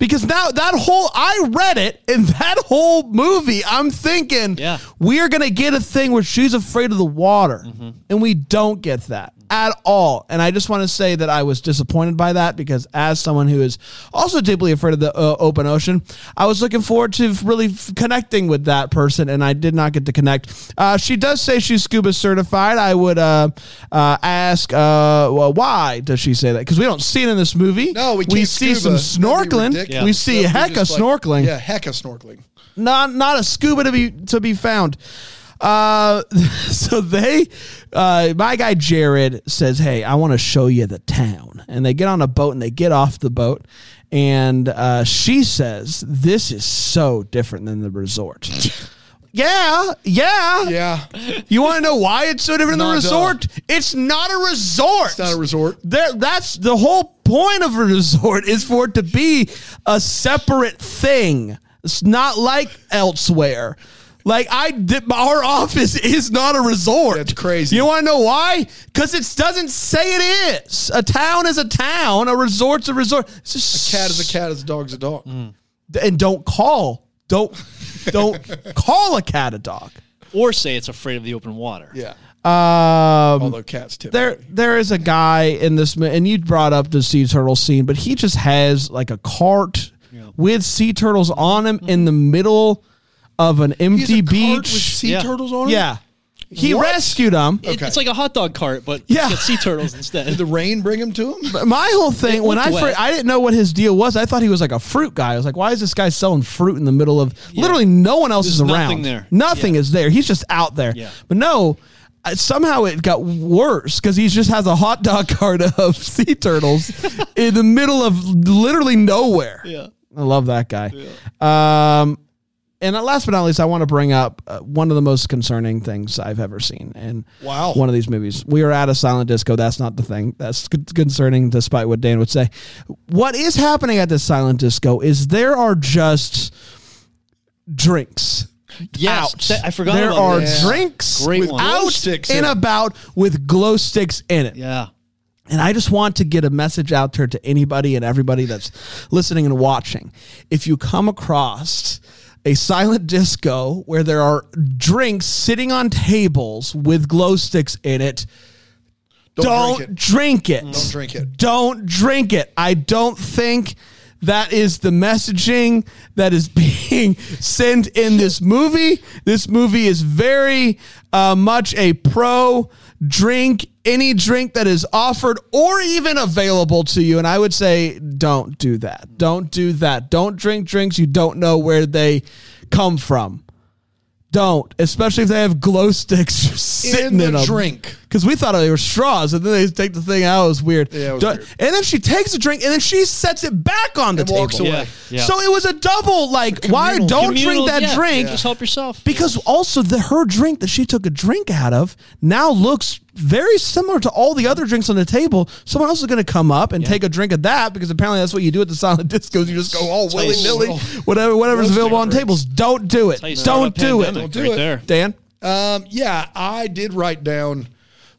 [SPEAKER 1] because now that whole, I read it and that whole movie, I'm thinking
[SPEAKER 2] Yeah.
[SPEAKER 1] we are going to get a thing where she's afraid of the water. And we don't get that at all. And I just want to say that I was disappointed by that because as someone who is also deeply afraid of the uh, open ocean, I was looking forward to really f- connecting with that person and I did not get to connect. Uh, she does say she's scuba certified. I would uh, uh, ask uh, well, why does she say that? Because we don't see it in this movie.
[SPEAKER 3] No, we
[SPEAKER 1] We
[SPEAKER 3] can't
[SPEAKER 1] see
[SPEAKER 3] scuba.
[SPEAKER 1] some
[SPEAKER 3] That'd be
[SPEAKER 1] snorkeling.
[SPEAKER 3] ridiculous.
[SPEAKER 1] We
[SPEAKER 3] Yeah.
[SPEAKER 1] see
[SPEAKER 3] That'd
[SPEAKER 1] hecka
[SPEAKER 3] be just like-
[SPEAKER 1] snorkeling
[SPEAKER 3] Yeah, hecka snorkeling.
[SPEAKER 1] not not a scuba to be to be found. Uh, so they, uh, my guy Jared says, "Hey, I want to show you the town." And they get on a boat and they get off the boat, and uh, she says, "This is so different than the resort." yeah, yeah,
[SPEAKER 3] Yeah,
[SPEAKER 1] You want to know why it's so different than the
[SPEAKER 3] Not
[SPEAKER 1] resort? It's not a resort.
[SPEAKER 3] it's not a resort.
[SPEAKER 1] There, that's the whole point of a resort is for it to be a separate thing. It's not like elsewhere. Like I did, our office is not a resort.
[SPEAKER 3] That's crazy.
[SPEAKER 1] You want to know why? Because it doesn't say it is. A town is a town. A resort's a resort. It's just
[SPEAKER 3] Cat is a cat. Is a dog's a dog.
[SPEAKER 2] Mm.
[SPEAKER 1] And don't call. Don't don't call a cat a dog.
[SPEAKER 2] Or say it's afraid of the open water.
[SPEAKER 3] Yeah.
[SPEAKER 1] Um,
[SPEAKER 3] Although cats tip.
[SPEAKER 1] there there is a guy in this mo- and you brought up the sea turtle scene but he just has like a cart with sea turtles on him in the middle of an
[SPEAKER 3] He's a
[SPEAKER 1] empty
[SPEAKER 3] cart with
[SPEAKER 1] beach
[SPEAKER 3] sea
[SPEAKER 2] Yeah.
[SPEAKER 3] turtles on it.
[SPEAKER 1] yeah he rescued him
[SPEAKER 2] It-
[SPEAKER 3] Okay.
[SPEAKER 2] It's like a hot dog cart, but
[SPEAKER 1] Yeah.
[SPEAKER 2] it's got sea turtles instead.
[SPEAKER 3] Did the rain bring him to him?
[SPEAKER 1] my whole thing when i
[SPEAKER 2] looked wet.
[SPEAKER 1] fir- i didn't know what his deal was i thought he was like a fruit guy i was like why is this guy selling fruit in the middle of literally no one else
[SPEAKER 2] There's
[SPEAKER 1] is around
[SPEAKER 2] nothing there.
[SPEAKER 1] nothing
[SPEAKER 2] Yeah.
[SPEAKER 1] is there he's just out there
[SPEAKER 2] Yeah.
[SPEAKER 1] but no uh, somehow it got worse because he just has a hot dog cart of sea turtles in the middle of literally nowhere
[SPEAKER 2] yeah.
[SPEAKER 1] I love that guy. Um, and last but not least, I want to bring up uh, one of the most concerning things I've ever seen in
[SPEAKER 3] Wow.
[SPEAKER 1] one of these movies. We are at a silent disco. That's not the thing. That's con- concerning, despite what Dan would say. What is happening at this silent disco is there are just drinks.
[SPEAKER 2] Yes,
[SPEAKER 1] out.
[SPEAKER 2] that- I forgot
[SPEAKER 1] There
[SPEAKER 2] about
[SPEAKER 1] are
[SPEAKER 2] that.
[SPEAKER 1] drinks
[SPEAKER 2] Great one.
[SPEAKER 1] out
[SPEAKER 3] Glow sticks in
[SPEAKER 1] and
[SPEAKER 3] it.
[SPEAKER 1] about with glow sticks in it.
[SPEAKER 2] Yeah.
[SPEAKER 1] And I just want to get a message out there to anybody and everybody that's listening and watching. If you come across a silent disco where there are drinks sitting on tables with glow sticks in it, don't,
[SPEAKER 3] drink it.
[SPEAKER 1] drink it.
[SPEAKER 3] Don't drink it.
[SPEAKER 1] Don't drink it. I don't think that is the messaging that is being sent in this movie. This movie is very uh, much a pro drink any drink that is offered or even available to you and i would say don't do that don't do that don't drink drinks you don't know where they come from Don't, especially if they have glow sticks sitting
[SPEAKER 3] the
[SPEAKER 1] in 'em.
[SPEAKER 3] drink.
[SPEAKER 1] Because we thought they were straws, and then they take the thing out. It was weird.
[SPEAKER 3] Yeah, it was
[SPEAKER 1] Don't-
[SPEAKER 3] weird.
[SPEAKER 1] And then she takes a drink, and then she sets it back on the
[SPEAKER 3] And
[SPEAKER 1] table.
[SPEAKER 3] walks away.
[SPEAKER 2] Yeah, yeah.
[SPEAKER 1] So it was a double. Like, why don't
[SPEAKER 2] Communal-
[SPEAKER 1] drink that
[SPEAKER 2] yeah,
[SPEAKER 1] drink?
[SPEAKER 2] Just help yourself.
[SPEAKER 1] Because also the her drink that she took a drink out of now looks very similar to all the other drinks on the table. Someone else is going to come up and take a drink of that because apparently that's what you do at the silent discos. You just go all
[SPEAKER 3] That's how you
[SPEAKER 1] willy nilly,
[SPEAKER 3] roll.
[SPEAKER 1] whatever whatever's
[SPEAKER 3] Roasting
[SPEAKER 1] available on
[SPEAKER 3] drinks.
[SPEAKER 1] tables. Don't do it.
[SPEAKER 2] That's how you start
[SPEAKER 1] Don't
[SPEAKER 2] a
[SPEAKER 1] do it.
[SPEAKER 2] pandemic
[SPEAKER 3] Don't do
[SPEAKER 2] right
[SPEAKER 3] it.
[SPEAKER 2] there.
[SPEAKER 1] Dan,
[SPEAKER 3] Um, yeah, I did write down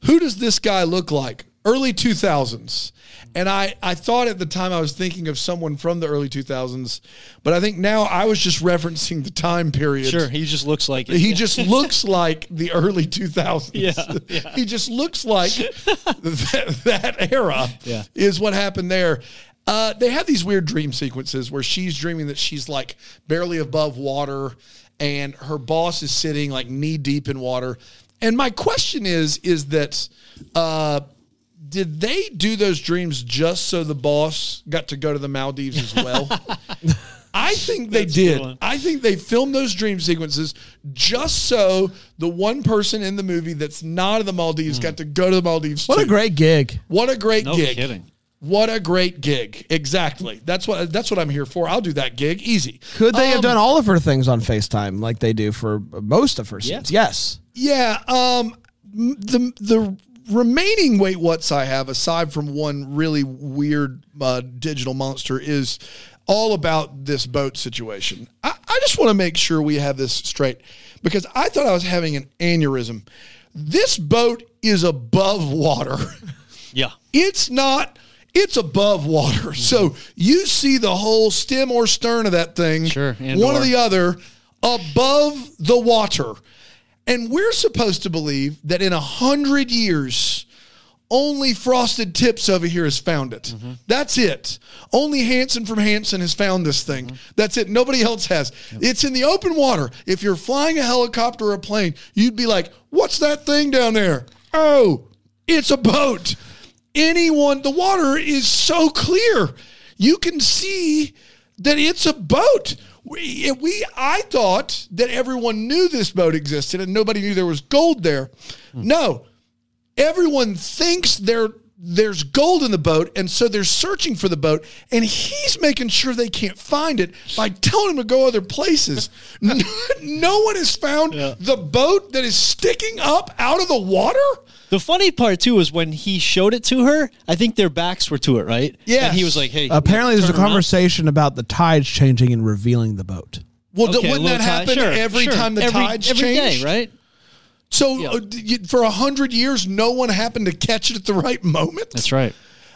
[SPEAKER 3] who does this guy look like? Early 2000s. And I, I thought at the time I was thinking of someone from the early 2000s, but I think now I was just referencing the time period.
[SPEAKER 2] Sure, he just looks like it.
[SPEAKER 3] He just looks like the early 2000s.
[SPEAKER 2] Yeah, yeah.
[SPEAKER 3] He just looks like that, that era
[SPEAKER 2] Yeah.
[SPEAKER 3] is what happened there. Uh, they have these weird dream sequences where she's dreaming that she's like barely above water and her boss is sitting like knee deep in water. And my question is, is that uh, did they do those dreams just so the boss got to go to the Maldives as well? I think they
[SPEAKER 2] a good
[SPEAKER 3] did.
[SPEAKER 2] one.
[SPEAKER 3] I think they filmed those dream sequences just so the one person in the movie that's not in the Maldives got to go to the Maldives.
[SPEAKER 1] Hmm. what a
[SPEAKER 3] too.
[SPEAKER 1] great gig.
[SPEAKER 3] what a great
[SPEAKER 2] No
[SPEAKER 3] gig.
[SPEAKER 2] kidding.
[SPEAKER 3] What a great gig. Exactly. That's what that's what I'm here for. I'll do that gig easy.
[SPEAKER 1] Could they have
[SPEAKER 3] Um,
[SPEAKER 1] done all of her things on FaceTime like they do for most of her scenes? Yes.
[SPEAKER 3] Yeah. Um. m- The the remaining wait what's I have aside from one really weird uh, digital monster is all about this boat situation. I, I just want to make sure we have this straight because I thought I was having an aneurysm. This boat is above water.
[SPEAKER 2] yeah.
[SPEAKER 3] It's not. It's above water. So you see the whole stem or stern of that thing.
[SPEAKER 2] Sure, and
[SPEAKER 3] One or
[SPEAKER 2] or.
[SPEAKER 3] the other above the water. And we're supposed to believe that in a hundred years, only Frosted Tips over here has found it. That's it. Only Hanson from Hanson has found this thing. That's it. Nobody else has. It's in the open water. If you're flying a helicopter or a plane, you'd be like, what's that thing down there? Oh, it's a boat. Anyone, the water is so clear. You can see that it's a boat. We, it- we, I thought that everyone knew this boat existed and nobody knew there was gold there. No, everyone thinks there there's gold in the boat, and so they're searching for the boat, and he's making sure they can't find it by telling them to go other places. no, no one has found the boat that is sticking up out of the water.
[SPEAKER 2] The funny part too is when he showed it to her. I think their backs were to it, right?
[SPEAKER 3] Yes.
[SPEAKER 2] And he was like, "Hey."
[SPEAKER 1] Apparently, there's a
[SPEAKER 2] turn around.
[SPEAKER 1] conversation about the tides changing and revealing the boat.
[SPEAKER 3] Well,
[SPEAKER 2] Okay,
[SPEAKER 3] wouldn't
[SPEAKER 2] little
[SPEAKER 3] that
[SPEAKER 2] tide-
[SPEAKER 3] happen
[SPEAKER 2] sure,
[SPEAKER 3] every
[SPEAKER 2] sure.
[SPEAKER 3] time the
[SPEAKER 2] Every-
[SPEAKER 3] tides
[SPEAKER 2] every
[SPEAKER 3] change?
[SPEAKER 2] day, right?
[SPEAKER 3] So
[SPEAKER 2] Yeah.
[SPEAKER 3] uh, d- you- for a hundred years, no one happened to catch it at the right moment.
[SPEAKER 2] That's right.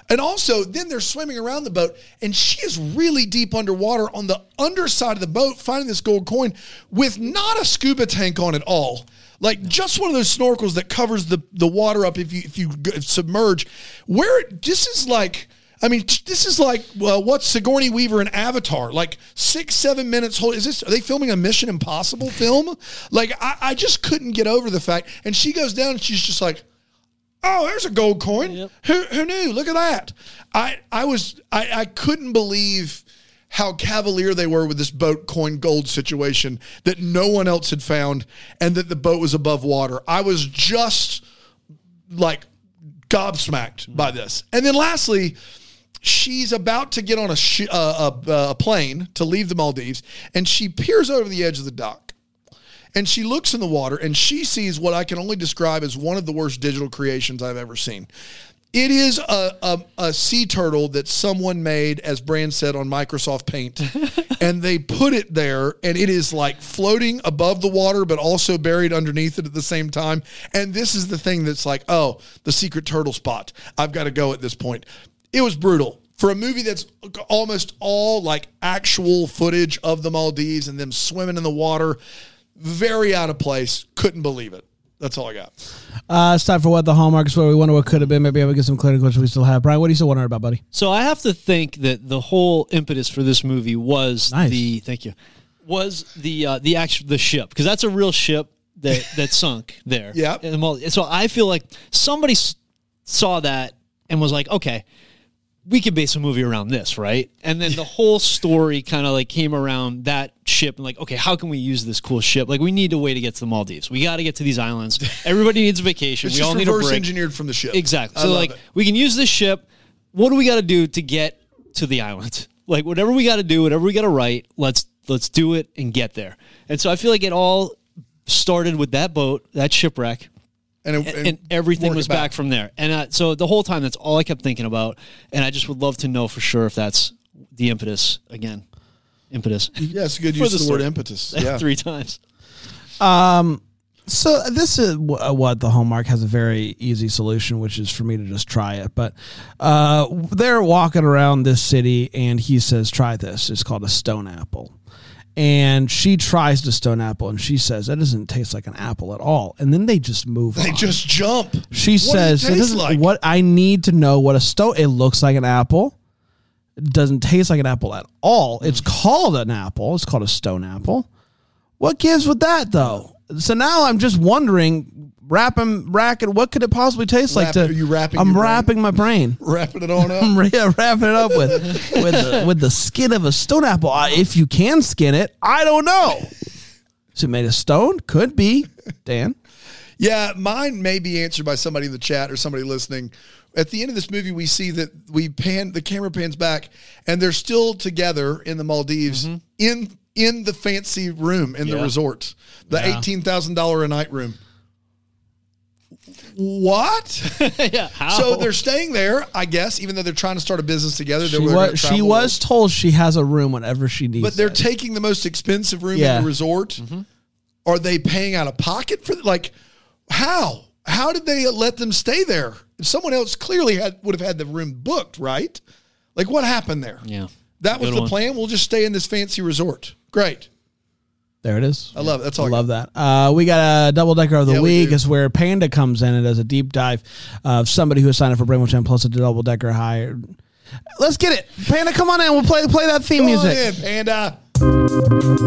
[SPEAKER 3] And also, then they're swimming around the boat, and she is really deep underwater on the underside of the boat, finding this gold coin with not a scuba tank on at all. Like just one of those snorkels that covers the, the water up if you if you g- submerge. Where it, this is like, I mean, t- this is like well, what's Sigourney Weaver in Avatar? Like six seven minutes. Hold, is this? Are they filming a Mission Impossible film? Like I, I just couldn't get over the fact. And she goes down, and she's just like, oh, there's a gold coin. Who who knew? Look at that. I I was I, I couldn't believe how cavalier they were with this boat coin gold situation that no one else had found and that the boat was above water. I was just like gobsmacked by this. And then lastly, she's about to get on a, sh- uh, a, a plane to leave the Maldives and she peers over the edge of the dock and she looks in the water and she sees what I can only describe as one of the worst digital creations I've ever seen. It is a, a, a sea turtle that someone made, as Brand said, on Microsoft Paint. and they put it there, and it is like floating above the water, but also buried underneath it at the same time. And this is the thing that's like, oh, the secret turtle spot. I've got to go at this point. It was brutal for a movie that's almost all like actual footage of the Maldives and them swimming in the water, very out of place. Couldn't believe it. That's all I got.
[SPEAKER 1] Uh, it's time for what the hallmark is. What we wonder what could have been. Maybe I would get some clarity questions we still have. Brian, what do you still wonder about, buddy?
[SPEAKER 2] So I have to think that the whole impetus for this movie was
[SPEAKER 1] Nice.
[SPEAKER 2] the thank you was the uh, the actual the ship because that's a real ship that that sunk there.
[SPEAKER 3] Yep.
[SPEAKER 2] And the Mal- so I feel like somebody s- saw that and was like, okay, we could base a movie around this, right? And then the whole story kind of like came around that ship and like, okay, how can we use this cool ship? Like, we need a way to get to the Maldives. We got to get to these islands. Everybody needs a vacation. we
[SPEAKER 3] It's just
[SPEAKER 2] all need a
[SPEAKER 3] reverse
[SPEAKER 2] break.
[SPEAKER 3] engineered from the ship.
[SPEAKER 2] Exactly.
[SPEAKER 3] I
[SPEAKER 2] So
[SPEAKER 3] love
[SPEAKER 2] like
[SPEAKER 3] it.
[SPEAKER 2] we can use this ship. What do we got to do to get to the island? Like whatever we got to do, whatever we got to write, let's let's do it and get there. And so I feel like it all started with that boat, that shipwreck,
[SPEAKER 3] and, it-
[SPEAKER 2] and,
[SPEAKER 3] and
[SPEAKER 2] and everything
[SPEAKER 3] work
[SPEAKER 2] was
[SPEAKER 3] it
[SPEAKER 2] back. from there. And uh, so the whole time, that's all I kept thinking about. And I just would love to know for sure if that's the impetus again. Impetus
[SPEAKER 3] Yeah, it's a good
[SPEAKER 2] For
[SPEAKER 3] use
[SPEAKER 2] the
[SPEAKER 3] of the word
[SPEAKER 2] story.
[SPEAKER 3] impetus. Yeah.
[SPEAKER 2] three times.
[SPEAKER 1] So this is wh- uh, what the Hallmark has a very easy solution, which is for me to just try it. But uh, they're walking around this city, and he says, "Try this. It's called a stone apple." And she tries the stone apple, and she says, "That doesn't taste like an apple at all." And then they just move.
[SPEAKER 3] They
[SPEAKER 1] on.
[SPEAKER 3] just jump.
[SPEAKER 1] She
[SPEAKER 3] What does
[SPEAKER 1] says,
[SPEAKER 3] it
[SPEAKER 1] it
[SPEAKER 3] taste
[SPEAKER 1] doesn't-
[SPEAKER 3] like?
[SPEAKER 1] "What I need to know what a stone. It looks like an apple. It doesn't taste like an apple at all.
[SPEAKER 3] Hmm.
[SPEAKER 1] It's called an apple. It's called a stone apple. What gives with that though? So now I'm just wondering, wrapping, racking. What could it possibly taste like?
[SPEAKER 3] Wrap-
[SPEAKER 1] To
[SPEAKER 3] are you wrapping
[SPEAKER 1] I'm
[SPEAKER 3] your brain?
[SPEAKER 1] wrapping my brain.
[SPEAKER 3] Wrapping it on
[SPEAKER 1] I'm
[SPEAKER 3] up.
[SPEAKER 1] re- wrapping it up with with the, with the skin of a stone apple. Uh, if you can skin it, I don't know. Is it made of stone? Could be, Dan.
[SPEAKER 3] yeah, mine may be answered by somebody in the chat or somebody listening. At the end of this movie, we see that we pan the camera pans back, and they're still together in the Maldives in in the fancy room in the
[SPEAKER 2] Mm-hmm. Yeah.
[SPEAKER 3] resort, the eighteen thousand dollar a night room. What?
[SPEAKER 2] yeah. How?
[SPEAKER 1] Oh.
[SPEAKER 3] So they're staying there, I guess, even though they're trying to start a business together. They're
[SPEAKER 1] She
[SPEAKER 3] gonna
[SPEAKER 1] was, she
[SPEAKER 3] travel.
[SPEAKER 1] was told she has a room whenever she needs
[SPEAKER 3] but they're
[SPEAKER 1] it.
[SPEAKER 3] taking the most expensive room
[SPEAKER 1] Yeah. Mm-hmm.
[SPEAKER 3] in the resort. Are they paying out of pocket for like how? How did they let them stay there? Someone else clearly had would have had the room booked, right? Like what happened there?
[SPEAKER 2] yeah.
[SPEAKER 3] That was
[SPEAKER 2] Good
[SPEAKER 3] the
[SPEAKER 2] one.
[SPEAKER 3] plan. We'll just stay in this fancy resort. Great.
[SPEAKER 1] there it is.
[SPEAKER 3] I love it. That's
[SPEAKER 1] I
[SPEAKER 3] all I
[SPEAKER 1] love that. Uh, we got a double decker of the
[SPEAKER 3] Yeah, we
[SPEAKER 1] week
[SPEAKER 3] do.
[SPEAKER 1] is where Panda comes in and does a deep dive of somebody who signed up for Brainwash and plus a double decker higher. Let's get it, Panda. Come on in. We'll play play that theme
[SPEAKER 3] Come on
[SPEAKER 1] music.
[SPEAKER 3] in, Panda.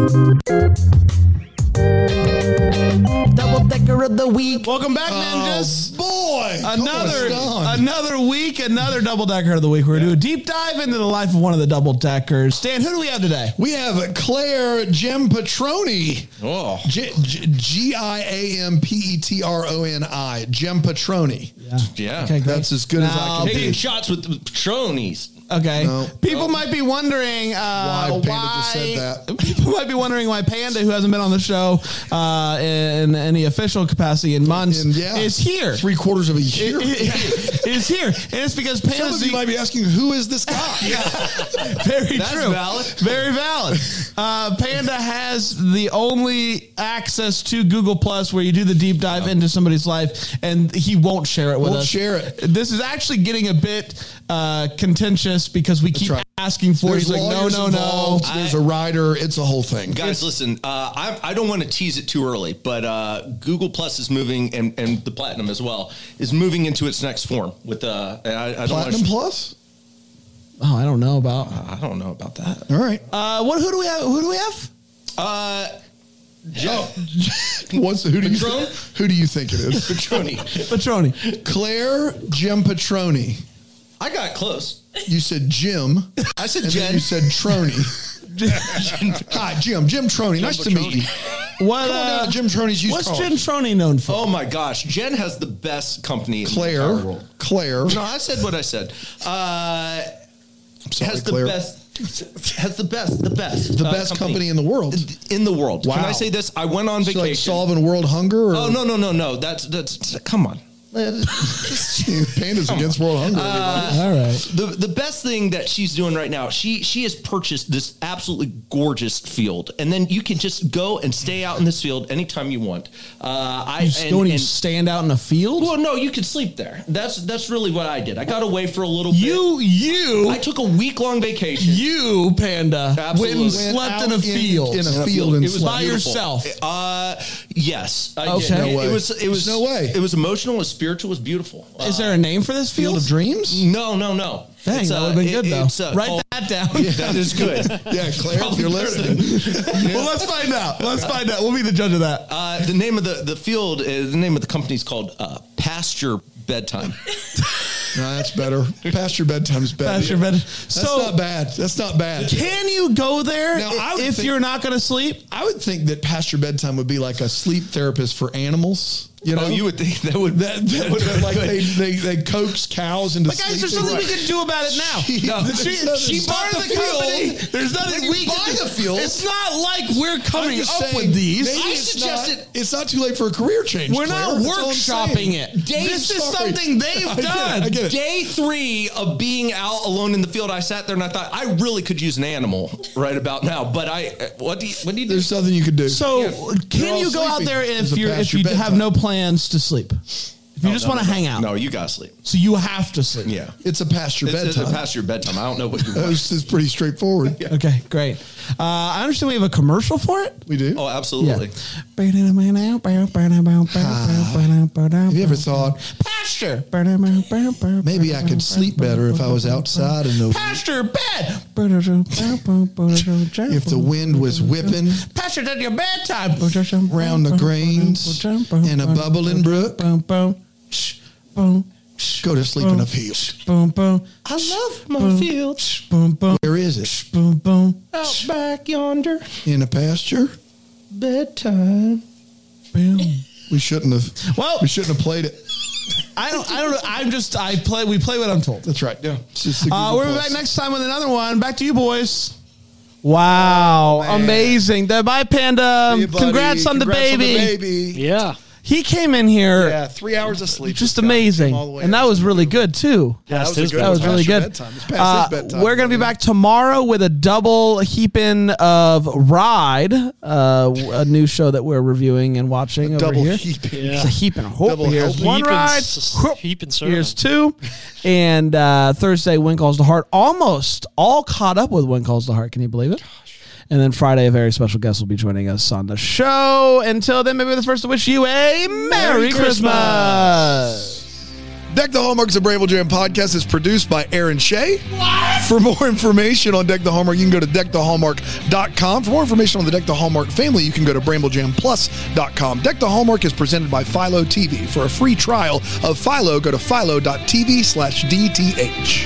[SPEAKER 1] Double decker of the week. Welcome back,
[SPEAKER 3] Oh, boy.
[SPEAKER 1] Another
[SPEAKER 3] Come on.
[SPEAKER 1] another week, another double decker of the week. We're gonna do a deep dive into the life of one of the double deckers. Dan, who do we have today?
[SPEAKER 3] We have Claire Gem Patroni.
[SPEAKER 7] Oh.
[SPEAKER 3] G- G- E G-I-A-M-P-E-T-R-O-N-I. Gem Patroni.
[SPEAKER 7] Yeah.
[SPEAKER 1] Okay, great.
[SPEAKER 3] That's as good as I
[SPEAKER 1] Now-
[SPEAKER 3] can
[SPEAKER 1] Hey,
[SPEAKER 3] be.
[SPEAKER 7] Taking shots with the Patronies.
[SPEAKER 1] Okay.
[SPEAKER 3] No.
[SPEAKER 1] People might be wondering uh,
[SPEAKER 3] Why Panda just
[SPEAKER 1] why-
[SPEAKER 3] said that.
[SPEAKER 1] People might be wondering why Panda, who hasn't been on the show uh, in any official capacity in months,
[SPEAKER 3] And yeah,
[SPEAKER 1] is here.
[SPEAKER 3] Three quarters of a year.
[SPEAKER 1] is here, and it's because
[SPEAKER 3] Some
[SPEAKER 1] Panda's
[SPEAKER 3] of you
[SPEAKER 1] the-
[SPEAKER 3] might be asking, who is this guy?
[SPEAKER 1] very
[SPEAKER 7] That's
[SPEAKER 1] true,
[SPEAKER 7] valid.
[SPEAKER 1] very valid. Uh, Panda has the only access to Google Plus where you do the deep dive into somebody's life, and he won't share it with
[SPEAKER 3] Won't
[SPEAKER 1] us.
[SPEAKER 3] share it.
[SPEAKER 1] This is actually getting a bit uh, contentious because we keep
[SPEAKER 3] right.
[SPEAKER 1] asking for. it.
[SPEAKER 3] There's
[SPEAKER 1] He's like, no,
[SPEAKER 3] lawyers
[SPEAKER 1] no, no.
[SPEAKER 3] involved. There's a rider. It's a whole thing.
[SPEAKER 7] Guys, listen, uh, I, I don't want to tease it too early, but uh, Google Plus is moving, and, and the Platinum as well, is moving into its next form with uh, and I, I don't wanna-
[SPEAKER 3] Platinum Plus?
[SPEAKER 1] Oh, I don't know about.
[SPEAKER 7] I don't know about that.
[SPEAKER 3] All right.
[SPEAKER 1] Uh, what? Who do we have? Who do we have?
[SPEAKER 7] Uh,
[SPEAKER 3] Oh. What's, who, do you,
[SPEAKER 7] Patron?
[SPEAKER 3] who do you think it is?
[SPEAKER 7] Patroni.
[SPEAKER 1] Patroni.
[SPEAKER 3] Claire Gem Patroni.
[SPEAKER 7] I got close.
[SPEAKER 3] You said Jim.
[SPEAKER 7] I said
[SPEAKER 3] And then
[SPEAKER 7] Jen.
[SPEAKER 3] you said Trony. Hi, Jim. Jim Trony. nice to meet you.
[SPEAKER 1] What?
[SPEAKER 3] Come on down
[SPEAKER 1] Uh,
[SPEAKER 3] to Jim Trony's used
[SPEAKER 1] what's
[SPEAKER 3] car.
[SPEAKER 1] Jim Troni known for?
[SPEAKER 7] Oh my gosh, Jen has the best company. in the entire
[SPEAKER 3] Claire.
[SPEAKER 7] world.
[SPEAKER 3] Claire.
[SPEAKER 7] No, I said what I said. Uh,
[SPEAKER 3] I'm sorry,
[SPEAKER 7] has the
[SPEAKER 3] Claire.
[SPEAKER 7] best. Has the best. The best.
[SPEAKER 3] The
[SPEAKER 7] uh,
[SPEAKER 3] best company in the world.
[SPEAKER 7] in the world. Can
[SPEAKER 3] Wow.
[SPEAKER 7] I say this? I went on
[SPEAKER 3] So, like
[SPEAKER 7] vacation.
[SPEAKER 3] solving world hunger? Or
[SPEAKER 7] oh no no no no. That's that's. Come on.
[SPEAKER 3] Panda's against world hunger.
[SPEAKER 1] All right.
[SPEAKER 7] The the best thing that she's doing right now, she she has purchased this absolutely gorgeous field, and then you can just go and stay out in this field anytime you want. Uh, I
[SPEAKER 1] You
[SPEAKER 7] and-
[SPEAKER 1] don't even
[SPEAKER 7] and-
[SPEAKER 1] stand out in a field.
[SPEAKER 7] well, no, you can sleep there. That's that's really what I did. I got away for a little
[SPEAKER 1] You,
[SPEAKER 7] bit.
[SPEAKER 1] you,
[SPEAKER 7] I took a week long vacation.
[SPEAKER 1] you, Panda,
[SPEAKER 7] Absolutely.
[SPEAKER 1] went and
[SPEAKER 7] Went
[SPEAKER 1] slept in
[SPEAKER 3] out
[SPEAKER 1] a
[SPEAKER 3] in-
[SPEAKER 1] field.
[SPEAKER 3] in a field and
[SPEAKER 1] it was
[SPEAKER 3] slept.
[SPEAKER 1] by
[SPEAKER 7] Beautiful.
[SPEAKER 1] yourself.
[SPEAKER 7] Uh, yes. I
[SPEAKER 1] Okay.
[SPEAKER 7] did.
[SPEAKER 1] No
[SPEAKER 7] It-
[SPEAKER 3] way.
[SPEAKER 7] It was. It was
[SPEAKER 3] There's no way.
[SPEAKER 7] It was emotional. It was spiritual. It was beautiful. Uh,
[SPEAKER 1] Is there a name for this
[SPEAKER 3] Field
[SPEAKER 1] field?
[SPEAKER 3] of Dreams?
[SPEAKER 7] no, no, no.
[SPEAKER 6] Dang,
[SPEAKER 7] It's,
[SPEAKER 6] that
[SPEAKER 7] uh,
[SPEAKER 6] would've been
[SPEAKER 7] it-
[SPEAKER 6] good, though.
[SPEAKER 7] it's, uh,
[SPEAKER 6] Write
[SPEAKER 7] called-
[SPEAKER 6] that down.
[SPEAKER 7] That is good.
[SPEAKER 8] Yeah, Claire, if
[SPEAKER 7] Probably
[SPEAKER 8] you're
[SPEAKER 7] Thursday.
[SPEAKER 8] listening.
[SPEAKER 6] Well, let's find out. Let's find out. We'll be the judge of that.
[SPEAKER 7] Uh, the name of the, the field, uh, the name of the company is called uh, Pasture Bedtime.
[SPEAKER 8] No, that's better. Past your bedtime's better.
[SPEAKER 6] Past your bed-
[SPEAKER 8] That's
[SPEAKER 6] So-
[SPEAKER 8] not bad. That's not bad.
[SPEAKER 1] Can you go there
[SPEAKER 8] Now, I would
[SPEAKER 1] if
[SPEAKER 8] think-
[SPEAKER 1] you're not going to sleep?
[SPEAKER 8] I would think that past your bedtime would be like a sleep therapist for animals. You know,
[SPEAKER 7] Oh, you would think that would
[SPEAKER 8] that, that would
[SPEAKER 7] be
[SPEAKER 8] like
[SPEAKER 7] good.
[SPEAKER 8] they, they they coax cows into
[SPEAKER 1] But guys,
[SPEAKER 8] sleep.
[SPEAKER 1] there's something we can do about it now.
[SPEAKER 8] No.
[SPEAKER 1] she she
[SPEAKER 8] It's
[SPEAKER 1] bought
[SPEAKER 8] not
[SPEAKER 1] the
[SPEAKER 8] the fuel.
[SPEAKER 1] company. There's nothing
[SPEAKER 8] When you
[SPEAKER 1] we can
[SPEAKER 8] buy
[SPEAKER 1] do.
[SPEAKER 8] the fuel-
[SPEAKER 1] It's not like we're coming up
[SPEAKER 8] just saying,
[SPEAKER 1] with these.
[SPEAKER 8] maybe
[SPEAKER 1] I
[SPEAKER 8] it's
[SPEAKER 1] suggested
[SPEAKER 8] not, it's not too late for a career change.
[SPEAKER 1] we're
[SPEAKER 8] Claire.
[SPEAKER 1] not
[SPEAKER 8] That's all I'm
[SPEAKER 1] workshopping
[SPEAKER 8] saying.
[SPEAKER 1] it.
[SPEAKER 8] Dave,
[SPEAKER 1] this is
[SPEAKER 8] sorry.
[SPEAKER 1] something they've
[SPEAKER 8] I get it.
[SPEAKER 1] done.
[SPEAKER 8] I get it.
[SPEAKER 7] Day three of being out alone in the field, I sat there and I thought I really could use an animal right about now. But I, uh, what do you, what do you do?
[SPEAKER 8] There's nothing you can do.
[SPEAKER 1] So
[SPEAKER 8] They're
[SPEAKER 1] can
[SPEAKER 8] all
[SPEAKER 1] you go out
[SPEAKER 8] sleeping.
[SPEAKER 1] there
[SPEAKER 8] There's
[SPEAKER 1] if
[SPEAKER 8] a
[SPEAKER 1] you're
[SPEAKER 8] past
[SPEAKER 1] if
[SPEAKER 8] your
[SPEAKER 1] you have
[SPEAKER 8] bedtime.
[SPEAKER 1] no plans to sleep? If you just want to hang out,
[SPEAKER 7] No, you gotta sleep.
[SPEAKER 1] so you have to sleep.
[SPEAKER 7] Yeah,
[SPEAKER 8] it's a past your
[SPEAKER 7] it's, it's
[SPEAKER 8] bedtime.
[SPEAKER 7] past your bedtime. I don't know what you want.
[SPEAKER 8] This is pretty straightforward.
[SPEAKER 1] Okay, great. Uh, I understand we have a commercial for it.
[SPEAKER 8] We do.
[SPEAKER 7] Oh, absolutely.
[SPEAKER 8] Have you ever thought
[SPEAKER 1] Pasture.
[SPEAKER 8] maybe I could sleep better if I was outside and the,
[SPEAKER 1] Pasture bed.
[SPEAKER 8] if the wind was whipping
[SPEAKER 1] Pasture at your bedtime.
[SPEAKER 8] round the grains in a bubbling brook? Go to sleep in a field.
[SPEAKER 7] I love my field
[SPEAKER 8] Where is it?
[SPEAKER 7] out back yonder.
[SPEAKER 8] In a pasture.
[SPEAKER 7] Bedtime.
[SPEAKER 8] We shouldn't have.
[SPEAKER 1] Well-
[SPEAKER 8] we shouldn't have played it.
[SPEAKER 1] I don't. I don't. know. I'm just. I play. We play what I'm told.
[SPEAKER 8] That's right. Yeah. It's just a
[SPEAKER 1] Uh,
[SPEAKER 8] Google
[SPEAKER 1] we'll be
[SPEAKER 8] Plus.
[SPEAKER 1] back next time with another one. Back to you, boys.
[SPEAKER 3] Oh,
[SPEAKER 1] Wow, amazing! The bye panda.
[SPEAKER 3] Hey, buddy,
[SPEAKER 1] Um, congrats on the
[SPEAKER 3] congrats
[SPEAKER 1] baby.
[SPEAKER 3] baby.
[SPEAKER 2] Yeah.
[SPEAKER 1] He came in here
[SPEAKER 3] Yeah, three hours of sleep.
[SPEAKER 1] just
[SPEAKER 3] This guy
[SPEAKER 1] amazing,
[SPEAKER 3] came all the way
[SPEAKER 1] and
[SPEAKER 3] out.
[SPEAKER 1] that was really good too.
[SPEAKER 3] Yeah,
[SPEAKER 2] Past his
[SPEAKER 3] good
[SPEAKER 1] That was
[SPEAKER 3] Past
[SPEAKER 1] really
[SPEAKER 3] your
[SPEAKER 1] good.
[SPEAKER 3] bedtime. It's past
[SPEAKER 1] Uh,
[SPEAKER 3] his bedtime.
[SPEAKER 1] we're gonna be back tomorrow with a double heaping of ride, uh, a new show that we're reviewing and watching over
[SPEAKER 3] double
[SPEAKER 1] here.
[SPEAKER 3] heaping.
[SPEAKER 1] It's a heaping hope.
[SPEAKER 3] Double
[SPEAKER 1] Here's
[SPEAKER 3] help.
[SPEAKER 1] one
[SPEAKER 2] Heaping
[SPEAKER 1] ride.
[SPEAKER 2] s-
[SPEAKER 1] whoop,
[SPEAKER 2] heaping serving.
[SPEAKER 1] Here's two. And uh, Thursday, Wind Calls the Heart. Almost all caught up with Wind Calls the Heart. Can you believe it? And then Friday, a very special guest will be joining us on the show. Until then, maybe we're the first to wish you a Merry, Christmas.
[SPEAKER 3] Deck the Hallmarks of Bravo Jam podcast is produced by Aaron Shea. For more information on Deck the Hallmark, you can go to deckthehallmark.com. For more information on the Deck the Hallmark family, you can go to bramblejamplus.com. Deck the Hallmark is presented by Philo TV. For a free trial of Philo, go to philo.tv slash DTH.